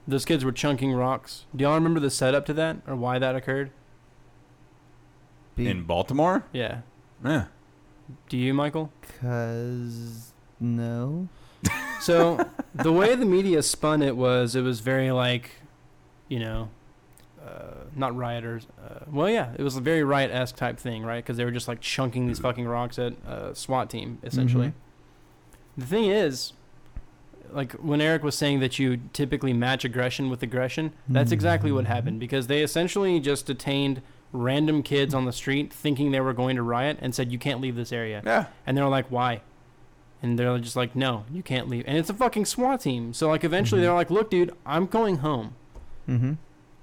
Speaker 5: Those kids were chunking rocks. Do y'all remember the setup to that or why that occurred?
Speaker 1: In Baltimore?
Speaker 5: Yeah.
Speaker 1: Yeah.
Speaker 5: Do you, Michael?
Speaker 3: Because no.
Speaker 5: So the way the media spun it was, it was very like, you know, uh, not rioters. Uh, well, yeah, it was a very riot esque type thing, right? Because they were just like chunking these fucking rocks at a SWAT team, essentially. The thing is, like when Eric was saying that you typically match aggression with aggression, that's exactly what happened because they essentially just detained random kids on the street thinking they were going to riot and said, you can't leave this area.
Speaker 1: Yeah.
Speaker 5: And they're like, why? And they're just like, no, you can't leave. And it's a fucking SWAT team. So, like, eventually
Speaker 1: Mm-hmm.
Speaker 5: they're like, look, dude, I'm going home.
Speaker 3: Mm-hmm.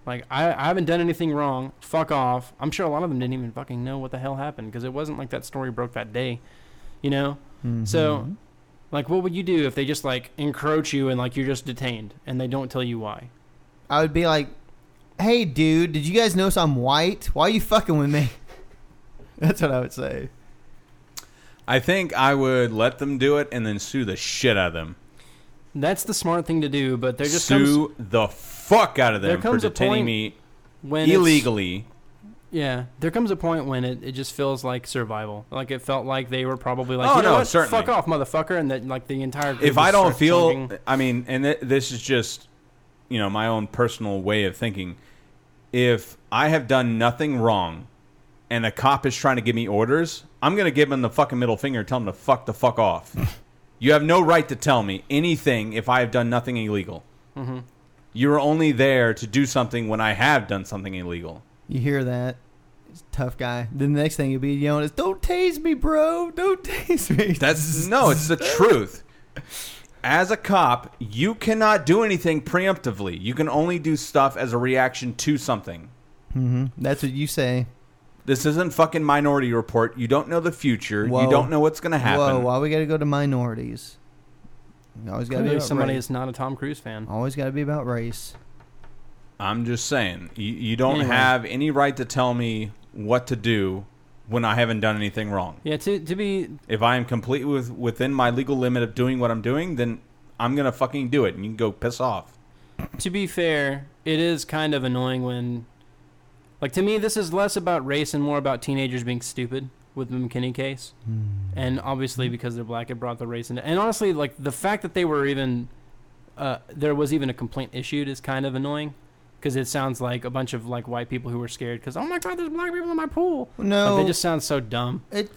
Speaker 5: Like, I, I haven't done anything wrong. Fuck off. I'm sure a lot of them didn't even fucking know what the hell happened because it wasn't like that story broke that day, you know?
Speaker 1: Mm-hmm.
Speaker 5: So, like, what would you do if they just, like, encroach you and, like, you're just detained and they don't tell you why?
Speaker 3: I would be like, "Hey, dude, did you guys notice I'm white? Why are you fucking with me?" That's what I would say.
Speaker 1: I think I would let them do it and then sue the shit out of them.
Speaker 5: That's the smart thing to do, but there just comes
Speaker 1: sue the fuck out of
Speaker 5: There
Speaker 1: them for
Speaker 5: comes a
Speaker 1: detaining
Speaker 5: point
Speaker 1: me
Speaker 5: when it's-
Speaker 1: illegally.
Speaker 5: Yeah, there comes a point when it, it just feels like survival. Like it felt like they were probably like,
Speaker 1: Oh,
Speaker 5: you know
Speaker 1: no,
Speaker 5: what?
Speaker 1: certainly.
Speaker 5: fuck off, motherfucker, and that like the entire. Group
Speaker 1: If I
Speaker 5: just
Speaker 1: don't
Speaker 5: starts
Speaker 1: feel,
Speaker 5: chunking.
Speaker 1: I mean, and th- this is just, you know, my own personal way of thinking. If I have done nothing wrong, and a cop is trying to give me orders, I'm gonna give him the fucking middle finger and tell him to fuck the fuck off. you have no right to tell me anything if I have done nothing illegal.
Speaker 5: Mm-hmm.
Speaker 1: You're only there to do something when I have done something illegal.
Speaker 3: You hear that? It's a tough guy. Then the next thing you'll be yelling is, "Don't tase me, bro! Don't tase me!"
Speaker 1: That's no, it's the truth. As a cop, you cannot do anything preemptively. You can only do stuff as a reaction to something.
Speaker 3: hmm That's what you say.
Speaker 1: This isn't fucking Minority Report. You don't know the future.
Speaker 3: Whoa.
Speaker 1: You don't know what's going to
Speaker 3: Whoa,
Speaker 1: happen.
Speaker 3: why we got to go to minorities? You always got to be
Speaker 5: Clearly
Speaker 3: about
Speaker 5: somebody
Speaker 3: race.
Speaker 5: that's not a Tom Cruise fan.
Speaker 1: Oh.
Speaker 3: Always got to be about race.
Speaker 1: I'm just saying. You, you don't
Speaker 5: Anyway.
Speaker 1: have any right to tell me what to do when I haven't done anything wrong.
Speaker 5: Yeah, to to be
Speaker 1: If I am completely with, within my legal limit of doing what I'm doing, then I'm going to fucking do it and you can go piss off.
Speaker 5: to be fair, it is kind of annoying when, like, to me, this is less about race and more about teenagers being stupid with the McKinney case, and obviously because they're black, it brought the race into. And honestly, like the fact that they were even, uh, there was even a complaint issued is kind of annoying, because it sounds like a bunch of like white people who were scared because oh my god, there's black people in my pool.
Speaker 3: No,
Speaker 5: Like, they just sound so dumb.
Speaker 3: it,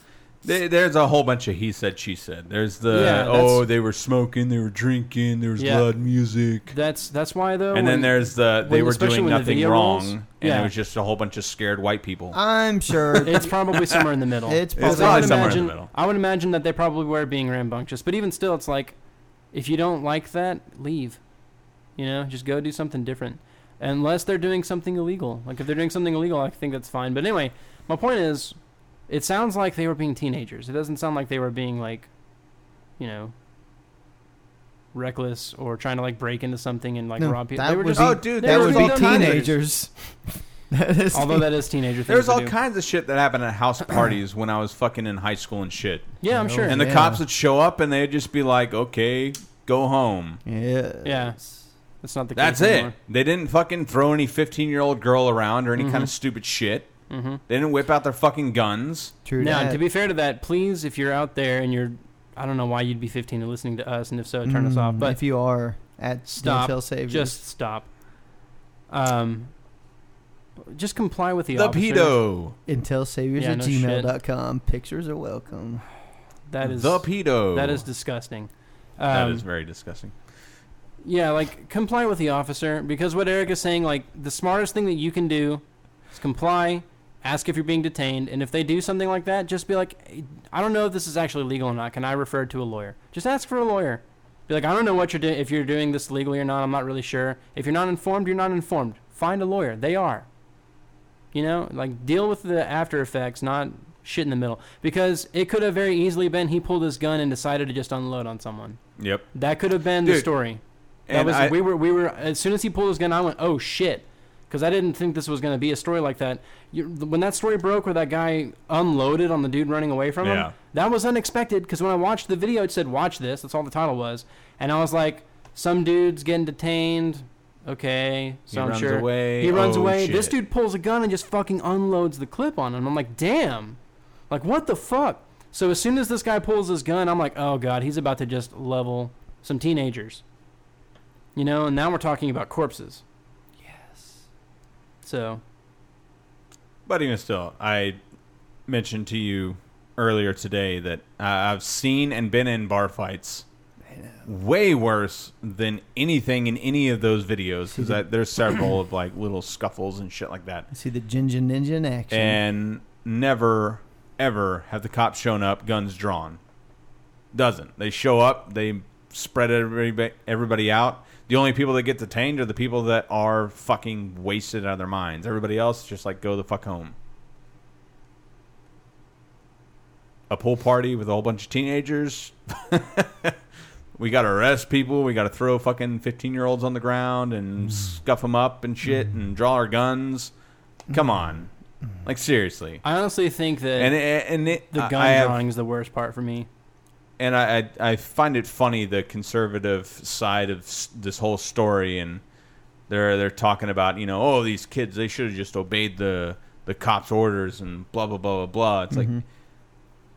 Speaker 1: There- There's a whole bunch of he said, she said. There's the,
Speaker 5: Yeah, that's-
Speaker 1: oh, they were smoking, they were drinking, there was
Speaker 5: Yeah.
Speaker 1: loud music.
Speaker 5: That's that's why though.
Speaker 1: and then
Speaker 5: when-
Speaker 1: there's the, they
Speaker 5: when-
Speaker 1: were
Speaker 5: especially
Speaker 1: doing
Speaker 5: when the
Speaker 1: nothing
Speaker 5: video
Speaker 1: wrong.
Speaker 5: rolls.
Speaker 1: And
Speaker 5: Yeah.
Speaker 1: it was just a whole bunch of scared white people.
Speaker 3: I'm sure
Speaker 5: It's probably somewhere in the middle.
Speaker 3: it's
Speaker 1: It's
Speaker 3: probably
Speaker 5: I would
Speaker 1: somewhere in the
Speaker 5: imagine,
Speaker 1: middle.
Speaker 5: I would imagine that they probably were being rambunctious, but even still, it's like, if you don't like that, leave. You know, just go do something different. Unless they're doing something illegal. Like, if they're doing something illegal, I think that's fine. But anyway, my point is, it sounds like they were being teenagers. It doesn't sound like they were being, like, you know, reckless or trying to, like, break into something and, like,
Speaker 3: No,
Speaker 5: rob people.
Speaker 3: that
Speaker 5: They were
Speaker 3: would
Speaker 5: just.
Speaker 3: be-
Speaker 1: oh, dude,
Speaker 5: they
Speaker 3: that
Speaker 5: were
Speaker 3: would
Speaker 5: being
Speaker 3: be
Speaker 5: dumb.
Speaker 3: teenagers. that is
Speaker 5: Although that is teenager things
Speaker 1: There's
Speaker 5: to
Speaker 1: all
Speaker 5: do.
Speaker 1: kinds of shit that happened at house parties when I was fucking in high school and shit.
Speaker 5: Yeah, I'm sure.
Speaker 1: And the
Speaker 3: Yeah.
Speaker 1: cops would show up and they'd just be like, "Okay, go home."
Speaker 3: yeah,
Speaker 5: Yeah. That's not the case
Speaker 1: That's it. They didn't fucking throw any 15-year-old girl around or any kind of stupid shit.
Speaker 5: Mm-hmm.
Speaker 1: They didn't whip out their fucking guns.
Speaker 3: True.
Speaker 5: Now,
Speaker 3: that.
Speaker 5: to be fair to that, please, if you're out there and you're, I don't know why you'd be 15 and listening to us, and if so, turn us off.
Speaker 3: Mm,
Speaker 5: But
Speaker 3: if you are at
Speaker 5: Stop.
Speaker 3: Dental Saviors,
Speaker 5: just stop. Um, just comply with the
Speaker 1: The
Speaker 5: officers.
Speaker 1: pedo.
Speaker 3: intelsaviors
Speaker 5: Yeah,
Speaker 3: at
Speaker 5: no
Speaker 3: gmail.com. Pictures are welcome.
Speaker 5: That is
Speaker 1: the pedo.
Speaker 5: that is disgusting. Um,
Speaker 1: That is very disgusting.
Speaker 5: Yeah, like comply with the officer because what Eric is saying, like the smartest thing that you can do is comply, ask if you're being detained, and if they do something like that, just be like, "Hey, I don't know if this is actually legal or not. Can I refer to a lawyer? Just ask for a lawyer. Be like, I don't know what you're doing. If you're doing this legally or not, I'm not really sure. If you're not informed, you're not informed. Find a lawyer. They are. You know, like deal with the after effects, not shit in the middle. Because it could have very easily been he pulled his gun and decided to just unload on someone.
Speaker 1: Yep.
Speaker 5: That could have been the
Speaker 1: Dude,
Speaker 5: story. That
Speaker 1: And
Speaker 5: was
Speaker 1: I-
Speaker 5: we were we were as soon as he pulled his gun, I went oh shit, because I didn't think this was gonna be a story like that. You, when that story broke, where that guy unloaded on the dude running away from
Speaker 1: Yeah.
Speaker 5: him, that was unexpected. Because when I watched the video, it said "Watch this." That's all the title was, and I was like, some dude's getting detained. Okay, so
Speaker 1: He
Speaker 5: I'm
Speaker 1: runs
Speaker 5: sure
Speaker 1: away.
Speaker 5: he runs
Speaker 1: Oh,
Speaker 5: away. This
Speaker 1: shit.
Speaker 5: dude pulls a gun and just fucking unloads the clip on him. I'm like, damn, like what the fuck. So as soon as this guy pulls his gun, I'm like, oh god, he's about to just level some teenagers. You know, and now we're talking about corpses. Yes. So
Speaker 1: But even still, I mentioned to you earlier today that uh, I've seen and been in bar fights way worse than anything in any of those videos because there's several of like little scuffles and shit like that.
Speaker 3: See the Ginger Ninja in action.
Speaker 1: And never, ever have the cops shown up, guns drawn. Doesn't. They show up, they spread everybody, everybody out. The only people that get detained are the people that are fucking wasted out of their minds. Everybody else just like go the fuck home. A pool party with a whole bunch of teenagers. we got to arrest people. We got to throw fucking 15 year olds on the ground and scuff them up and shit and draw our guns. Come on. Like, seriously.
Speaker 5: I honestly think that
Speaker 1: And, it- and it,
Speaker 5: the
Speaker 1: I-
Speaker 5: gun
Speaker 1: I have-
Speaker 5: drawing is the worst part for me.
Speaker 1: and I, I I find it funny the conservative side of s- this whole story, and they're they're talking about you know oh these kids they should have just obeyed the the cops' orders and blah blah blah blah blah. It's
Speaker 5: Mm-hmm.
Speaker 1: like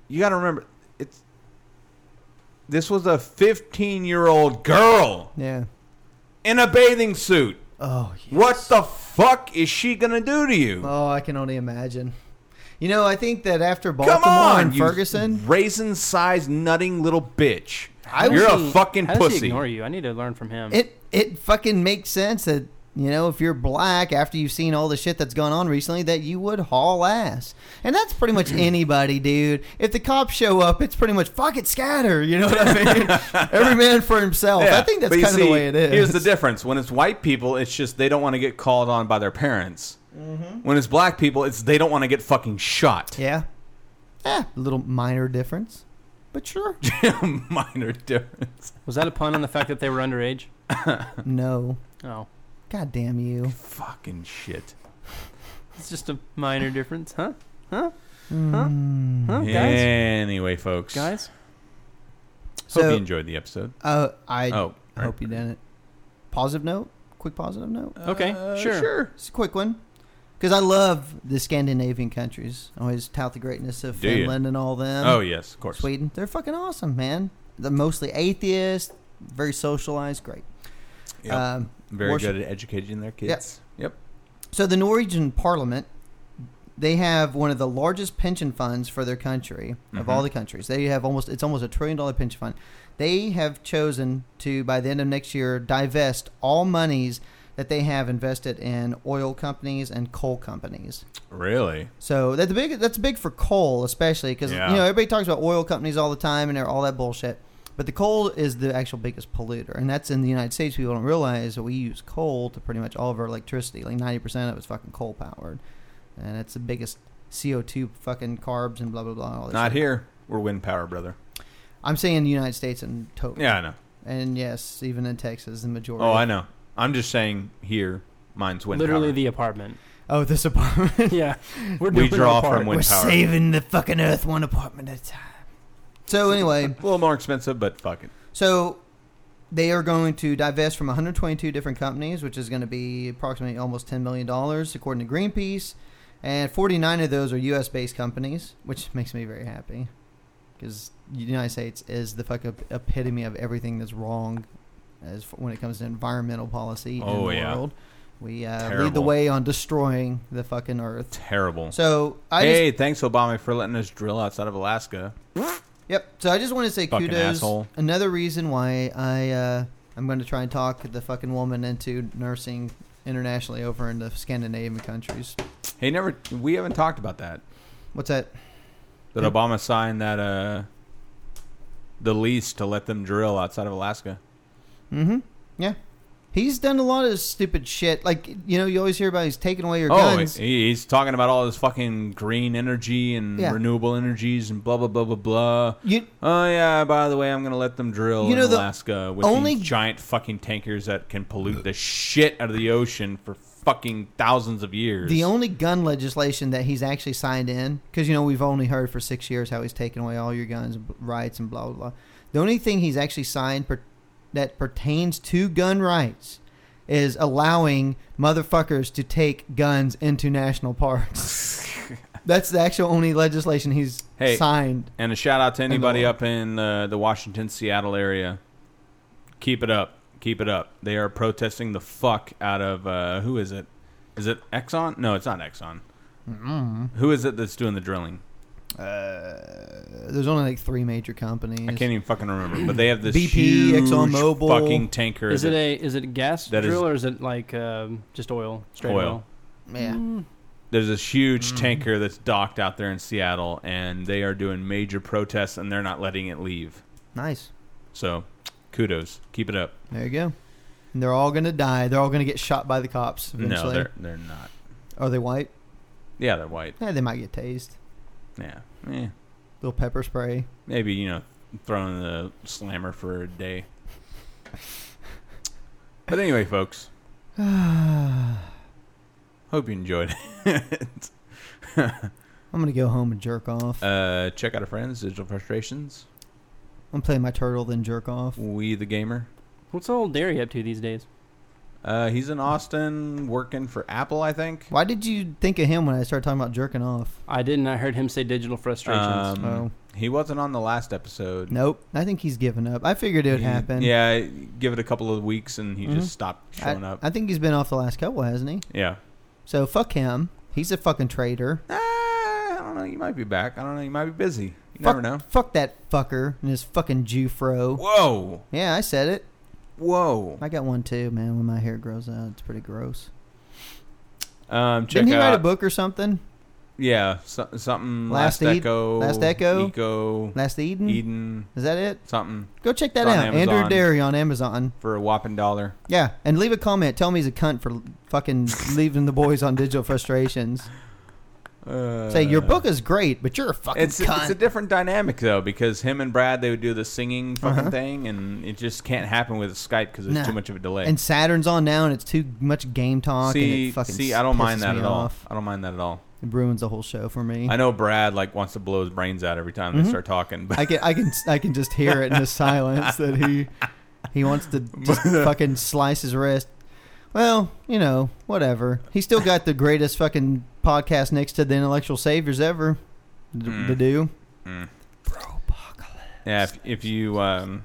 Speaker 1: you got to remember it's this was a 15 year old girl
Speaker 3: yeah.
Speaker 1: in a bathing suit.
Speaker 3: Oh, yes.
Speaker 1: What the fuck is she gonna do to you?
Speaker 3: Oh, I can only imagine. You know, I think that after Baltimore
Speaker 1: Come on,
Speaker 3: and
Speaker 1: you
Speaker 3: Ferguson,
Speaker 1: raisin sized nutting little bitch.
Speaker 3: I
Speaker 1: You're
Speaker 3: was-
Speaker 1: a fucking
Speaker 5: How does he
Speaker 1: pussy.
Speaker 5: ignore you? I need to learn from him.
Speaker 3: it it fucking makes sense that you know if you're black after you've seen all the shit that's gone on recently that you would haul ass and that's pretty much anybody dude if the cops show up it's pretty much fuck it scatter you know what i mean every man for himself i
Speaker 1: Yeah,
Speaker 3: think that's
Speaker 1: but you
Speaker 3: kind of the
Speaker 1: see,
Speaker 3: way it is
Speaker 1: Here's the difference: when it's white people, it's just they don't want to get called on by their parents. When it's black people, it's they don't want to get fucking shot.
Speaker 3: Mm-hmm. Yeah. Eh, a little minor difference, but sure.
Speaker 1: Minor difference.
Speaker 5: Was that a pun on the fact that they were underage?
Speaker 3: no.
Speaker 5: Oh,
Speaker 3: God damn you.
Speaker 1: Fucking shit.
Speaker 5: it's just a minor difference, huh?
Speaker 1: Hmm.
Speaker 3: Mm.
Speaker 5: Huh, guys?
Speaker 1: Anyway, folks.
Speaker 5: Guys,
Speaker 1: Hope
Speaker 3: So-
Speaker 1: you enjoyed the episode.
Speaker 3: Uh, I
Speaker 1: oh, right.
Speaker 3: hope you didn't. Positive note? Quick positive note?
Speaker 5: Okay, Uh, sure.
Speaker 1: Sure.
Speaker 3: It's a quick one. Because I love the Scandinavian countries. I always tout the greatness of
Speaker 1: Do you?
Speaker 3: Finland and all them.
Speaker 1: oh yes, of course.
Speaker 3: Sweden. They're fucking awesome, man. They're mostly atheist, very socialized, great.
Speaker 1: Yep.
Speaker 3: Um,
Speaker 1: Very
Speaker 3: worship-
Speaker 1: good at educating their kids. Yep.
Speaker 3: So the Norwegian Parliament, they have one of the largest pension funds for their country of
Speaker 1: Mhm.
Speaker 3: all the countries. They have almost it's almost a trillion dollar pension fund. They have chosen to by the end of next year divest all monies that they have invested in oil companies and coal companies.
Speaker 1: Really?
Speaker 3: So that's big. That's big for coal, especially because
Speaker 1: Yeah.
Speaker 3: you know everybody talks about oil companies all the time and they're all that bullshit. But the coal is the actual biggest polluter, and that's in the United States. People don't realize that we use coal to pretty much all of our electricity. Like ninety percent of it's fucking coal powered, and it's the biggest CO two fucking carbs and blah blah blah. All this
Speaker 1: Not
Speaker 3: shit.
Speaker 1: here. We're wind power, brother.
Speaker 3: I'm saying the United States in total.
Speaker 1: Yeah, I know.
Speaker 3: And yes, even in Texas, the majority.
Speaker 1: Oh, I know. I'm just saying here, mine's wind
Speaker 5: literally
Speaker 1: power.
Speaker 5: the apartment.
Speaker 3: Oh, this apartment.
Speaker 5: yeah, we're
Speaker 1: we
Speaker 5: doing
Speaker 1: draw
Speaker 5: our part.
Speaker 1: from wind power.
Speaker 3: the fucking earth one apartment at a time. So anyway.
Speaker 1: A little more expensive, but fuck it.
Speaker 3: So they are going to divest from 122 different companies, which is going to be approximately almost 10 million dollars, according to Greenpeace. And 49 of those are U.S. based companies, which makes me very happy because the United States is the fucking epitome of everything that's wrong as f- when it comes to environmental policy
Speaker 1: Oh,
Speaker 3: in the
Speaker 1: yeah.
Speaker 3: world. We uh, lead the
Speaker 1: Terrible.
Speaker 3: way on destroying the fucking earth.
Speaker 1: Terrible.
Speaker 3: So I just,
Speaker 1: hey, thanks Obama for letting us drill outside of Alaska.
Speaker 3: Yep. So I just want to say
Speaker 1: Fucking
Speaker 3: kudos.
Speaker 1: asshole.
Speaker 3: Another reason why I uh, I'm going to try and talk the fucking woman into nursing internationally over in the Scandinavian countries.
Speaker 1: Hey, never. We haven't talked about that.
Speaker 3: What's that?
Speaker 1: That
Speaker 3: Yeah.
Speaker 1: Obama signed that uh, the lease to let them drill outside of Alaska.
Speaker 3: Mm-hmm. Yeah. He's done a lot of stupid shit. Like you know, you always hear about he's taking away your
Speaker 1: Oh,
Speaker 3: guns.
Speaker 1: he- he's talking about all this fucking green energy and
Speaker 3: Yeah.
Speaker 1: renewable energies and blah blah blah blah blah.
Speaker 3: you
Speaker 1: Oh yeah, by the way, I'm gonna let them drill
Speaker 3: You know,
Speaker 1: in
Speaker 3: the
Speaker 1: Alaska with
Speaker 3: only-
Speaker 1: these giant fucking tankers that can pollute the shit out of the ocean for fucking thousands of years.
Speaker 3: the only gun legislation that he's actually signed in, because you know we've only heard for six years how he's taken away all your guns and b- rights and blah blah blah. The only thing he's actually signed per- that pertains to gun rights is allowing motherfuckers to take guns into national parks. That's the actual only legislation he's
Speaker 1: Hey.
Speaker 3: signed.
Speaker 1: and a shout out to anybody
Speaker 3: law.
Speaker 1: up in uh, the Washington Seattle area. Keep it up, keep it up. They are protesting the fuck out of uh, who is it? Is it Exxon? No, it's not Exxon. Who is it that's doing the drilling?
Speaker 3: Uh, there's only like three major companies.
Speaker 1: I can't even fucking remember. But they have this
Speaker 3: BP,
Speaker 1: huge
Speaker 3: ExxonMobil.
Speaker 1: fucking tanker.
Speaker 5: Is
Speaker 1: that-
Speaker 5: it a is it a gas
Speaker 1: That is-
Speaker 5: drill or is it like um, just oil? Straight
Speaker 1: Oil.
Speaker 5: oil.
Speaker 3: Yeah.
Speaker 1: there's this huge tanker that's docked out there in Seattle, and they are doing major protests, and they're not letting it leave.
Speaker 3: Nice.
Speaker 1: So, kudos, keep it up.
Speaker 3: There you go. And they're all gonna die. They're all gonna get shot by the cops
Speaker 1: No,
Speaker 3: eventually.
Speaker 1: they're they're not.
Speaker 3: Are they white?
Speaker 1: Yeah, they're white.
Speaker 3: Yeah, they might get tased.
Speaker 1: Yeah, Eh,
Speaker 3: little pepper spray.
Speaker 1: maybe you know, throwing the slammer for a day. But anyway, folks,
Speaker 3: I'm
Speaker 1: hope you enjoyed it.
Speaker 3: gonna go home and jerk off.
Speaker 1: uh, check out our friends, Digital Frustrations,
Speaker 3: I'm playing my turtle, then jerk off.
Speaker 1: We the Gamer.
Speaker 5: What's old Derry up to these days?
Speaker 1: Uh, he's in Austin working for Apple, I think.
Speaker 3: Why did you think of him when I started talking about jerking off?
Speaker 5: I didn't. I heard him say digital frustrations.
Speaker 1: Um,
Speaker 3: Oh.
Speaker 1: He wasn't on the last episode.
Speaker 3: Nope. I think he's given up. I figured it would
Speaker 1: He-
Speaker 3: happen.
Speaker 1: Yeah, give it a couple of weeks and he
Speaker 3: Mhm.
Speaker 1: just stopped
Speaker 3: I,
Speaker 1: showing up.
Speaker 3: I think he's been off the last couple, hasn't he?
Speaker 1: yeah.
Speaker 3: So fuck him. He's a fucking traitor.
Speaker 1: Ah, I don't know. You might be back. I don't know. You might be busy. You
Speaker 3: Fuck,
Speaker 1: never know.
Speaker 3: Fuck that fucker and his fucking Jufro.
Speaker 1: Whoa.
Speaker 3: Yeah, I said it.
Speaker 1: Whoa.
Speaker 3: I got one too, man. When my hair grows out, it's pretty gross.
Speaker 1: Um, check
Speaker 3: Didn't he
Speaker 1: out.
Speaker 3: write a book or something?
Speaker 1: yeah, so, something
Speaker 3: Last
Speaker 1: last,
Speaker 3: Ed-
Speaker 1: echo,
Speaker 3: Last Echo? Mm-hmm.
Speaker 1: eco,
Speaker 3: Last Eden?
Speaker 1: Eden,
Speaker 3: Is that it?
Speaker 1: something
Speaker 3: Go check that
Speaker 1: It's on
Speaker 3: out. Andrew
Speaker 1: Amazon.
Speaker 3: Derry on Amazon.
Speaker 1: for a whopping dollar.
Speaker 3: Yeah, and leave a comment. Tell me he's a cunt for fucking leaving the boys on digital frustrations.
Speaker 1: Uh,
Speaker 3: Say your book is great, but you're a fucking
Speaker 1: It's
Speaker 3: cunt.
Speaker 1: it's a different dynamic though because him and Brad they would do the singing fucking
Speaker 3: Uh-huh.
Speaker 1: thing and it just can't happen with Skype because there's
Speaker 3: Nah.
Speaker 1: too much of a delay.
Speaker 3: and Saturn's on now, and it's too much game talk. and
Speaker 1: see,
Speaker 3: it fucking
Speaker 1: see, I don't mind
Speaker 3: pisses
Speaker 1: that
Speaker 3: me
Speaker 1: at
Speaker 3: off.
Speaker 1: all. I don't mind that at all.
Speaker 3: It ruins the whole show for me.
Speaker 1: I know Brad like wants to blow his brains out every time
Speaker 3: Mhm.
Speaker 1: they start talking, but
Speaker 3: I can I can I can just hear it in the silence that he he wants to just fucking slice his wrist. Well, you know, whatever. He still got the greatest fucking podcast next to the intellectual saviors ever d-
Speaker 1: Mm.
Speaker 3: to do.
Speaker 1: yeah, if, if you um,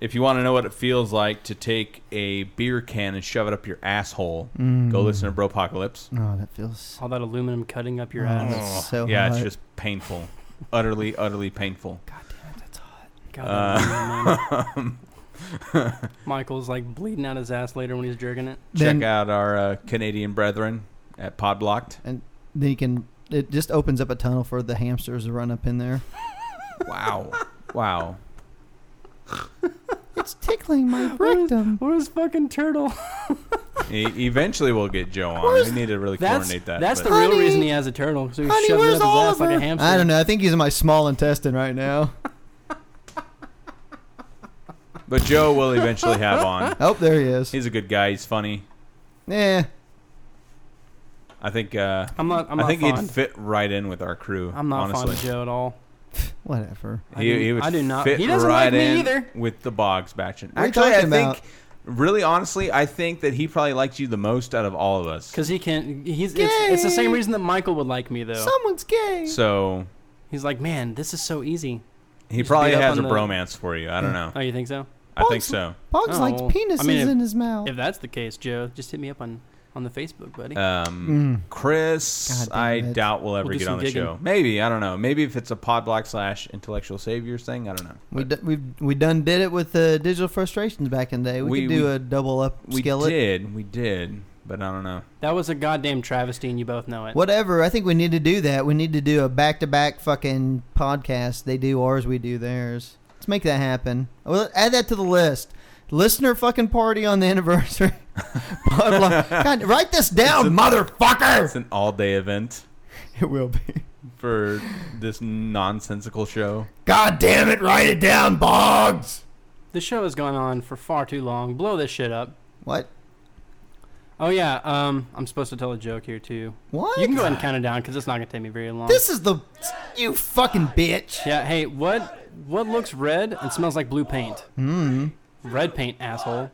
Speaker 1: if you want to know what it feels like to take a beer can and shove it up your asshole,
Speaker 3: Mm.
Speaker 1: go listen to Bropocalypse.
Speaker 3: Oh, that feels
Speaker 5: All that apocalypse—all that aluminum cutting up your
Speaker 3: Oh.
Speaker 5: ass.
Speaker 3: That's so
Speaker 1: yeah,
Speaker 3: hot.
Speaker 1: it's just painful, utterly, utterly painful.
Speaker 5: God,
Speaker 1: Uh,
Speaker 5: that aluminum,
Speaker 1: Um,
Speaker 5: man. Michael's like bleeding out his ass later when he's jerking it.
Speaker 3: Then-
Speaker 1: Check out our uh, Canadian brethren at Podblocked.
Speaker 3: then you can it just opens up a tunnel for the hamsters to run up in there.
Speaker 1: Wow, wow.
Speaker 3: It's tickling my rectum.
Speaker 5: Where's fucking turtle?
Speaker 1: E- eventually, we'll get Joe on. We need to really
Speaker 5: That's
Speaker 1: coordinate that.
Speaker 5: that's
Speaker 1: but-
Speaker 5: the real
Speaker 3: Honey,
Speaker 5: reason he has a turtle. So he
Speaker 3: honey,
Speaker 5: shoves
Speaker 3: where's
Speaker 5: it up his ass like
Speaker 3: Oliver?
Speaker 5: a hamster.
Speaker 3: I don't know. I think he's in my small intestine right now.
Speaker 1: but Joe will eventually have on.
Speaker 3: Oh, there he is.
Speaker 1: He's a good guy. He's funny.
Speaker 3: Yeah.
Speaker 1: I think. Uh,
Speaker 5: I'm not. I'm
Speaker 1: i
Speaker 5: not
Speaker 1: think
Speaker 5: fond.
Speaker 1: he'd fit right in with our crew.
Speaker 5: I'm not
Speaker 1: honestly.
Speaker 5: fond of Joe at all.
Speaker 3: Whatever.
Speaker 5: I
Speaker 1: He,
Speaker 5: do-
Speaker 1: he would
Speaker 5: I do not-
Speaker 1: fit
Speaker 5: he doesn't
Speaker 1: right
Speaker 5: like me
Speaker 1: in
Speaker 5: either.
Speaker 1: with the Boggs batching.
Speaker 3: are you
Speaker 1: Actually, I
Speaker 3: talking
Speaker 1: think
Speaker 3: about?
Speaker 1: really honestly, I think that he probably likes you the most out of all of us.
Speaker 5: Because he can't. He's. It's, it's the same
Speaker 3: Gay.
Speaker 5: reason that Michael would like me though.
Speaker 3: Someone's gay.
Speaker 1: So
Speaker 5: he's like, man, this is so easy.
Speaker 1: he
Speaker 5: Just
Speaker 1: probably
Speaker 5: beat up
Speaker 1: has a
Speaker 5: on the-
Speaker 1: bromance for you. I don't know.
Speaker 5: Oh, you think so?
Speaker 1: I think so.
Speaker 3: Boggs
Speaker 5: Oh,
Speaker 3: likes
Speaker 5: well,
Speaker 3: penises
Speaker 5: I mean, if-
Speaker 3: in his mouth.
Speaker 5: If that's the case, Joe, just hit me up on on the Facebook, buddy.
Speaker 1: Um,
Speaker 3: Mm. God
Speaker 1: Chris,
Speaker 3: damn
Speaker 1: I
Speaker 3: it.
Speaker 1: doubt we'll ever
Speaker 5: We'll do
Speaker 1: get
Speaker 5: some
Speaker 1: on the
Speaker 5: gigging.
Speaker 1: show. Maybe I don't know. Maybe if it's a podblock slash intellectual saviors thing, I don't know.
Speaker 3: we d- we we done did it with uh, digital frustrations back in the day. We,
Speaker 1: We-
Speaker 3: could do
Speaker 1: we-
Speaker 3: a double up
Speaker 1: We
Speaker 3: skillet.
Speaker 1: did, we did, but I don't know.
Speaker 5: that was a goddamn travesty, and you both know it.
Speaker 3: Whatever. I think we need to do that. We need to do a back to back fucking podcast. They do ours, we do theirs. Let's make that happen. Well, add that to the list. Listener fucking party on the anniversary. Podlo- God, write this down, motherfucker.
Speaker 1: It's an all day event
Speaker 3: It will be.
Speaker 1: for this nonsensical show.
Speaker 3: God damn it! Write it down, Boggs.
Speaker 5: The show has gone on for far too long. Blow this shit up.
Speaker 3: What?
Speaker 5: Oh yeah, um, I'm supposed to tell a joke here too.
Speaker 3: What?
Speaker 5: You can go ahead and count it down because it's not gonna take me very long.
Speaker 3: This is the you fucking bitch.
Speaker 5: yeah. Hey, what what looks red and smells like blue paint? Mm. Red paint, asshole.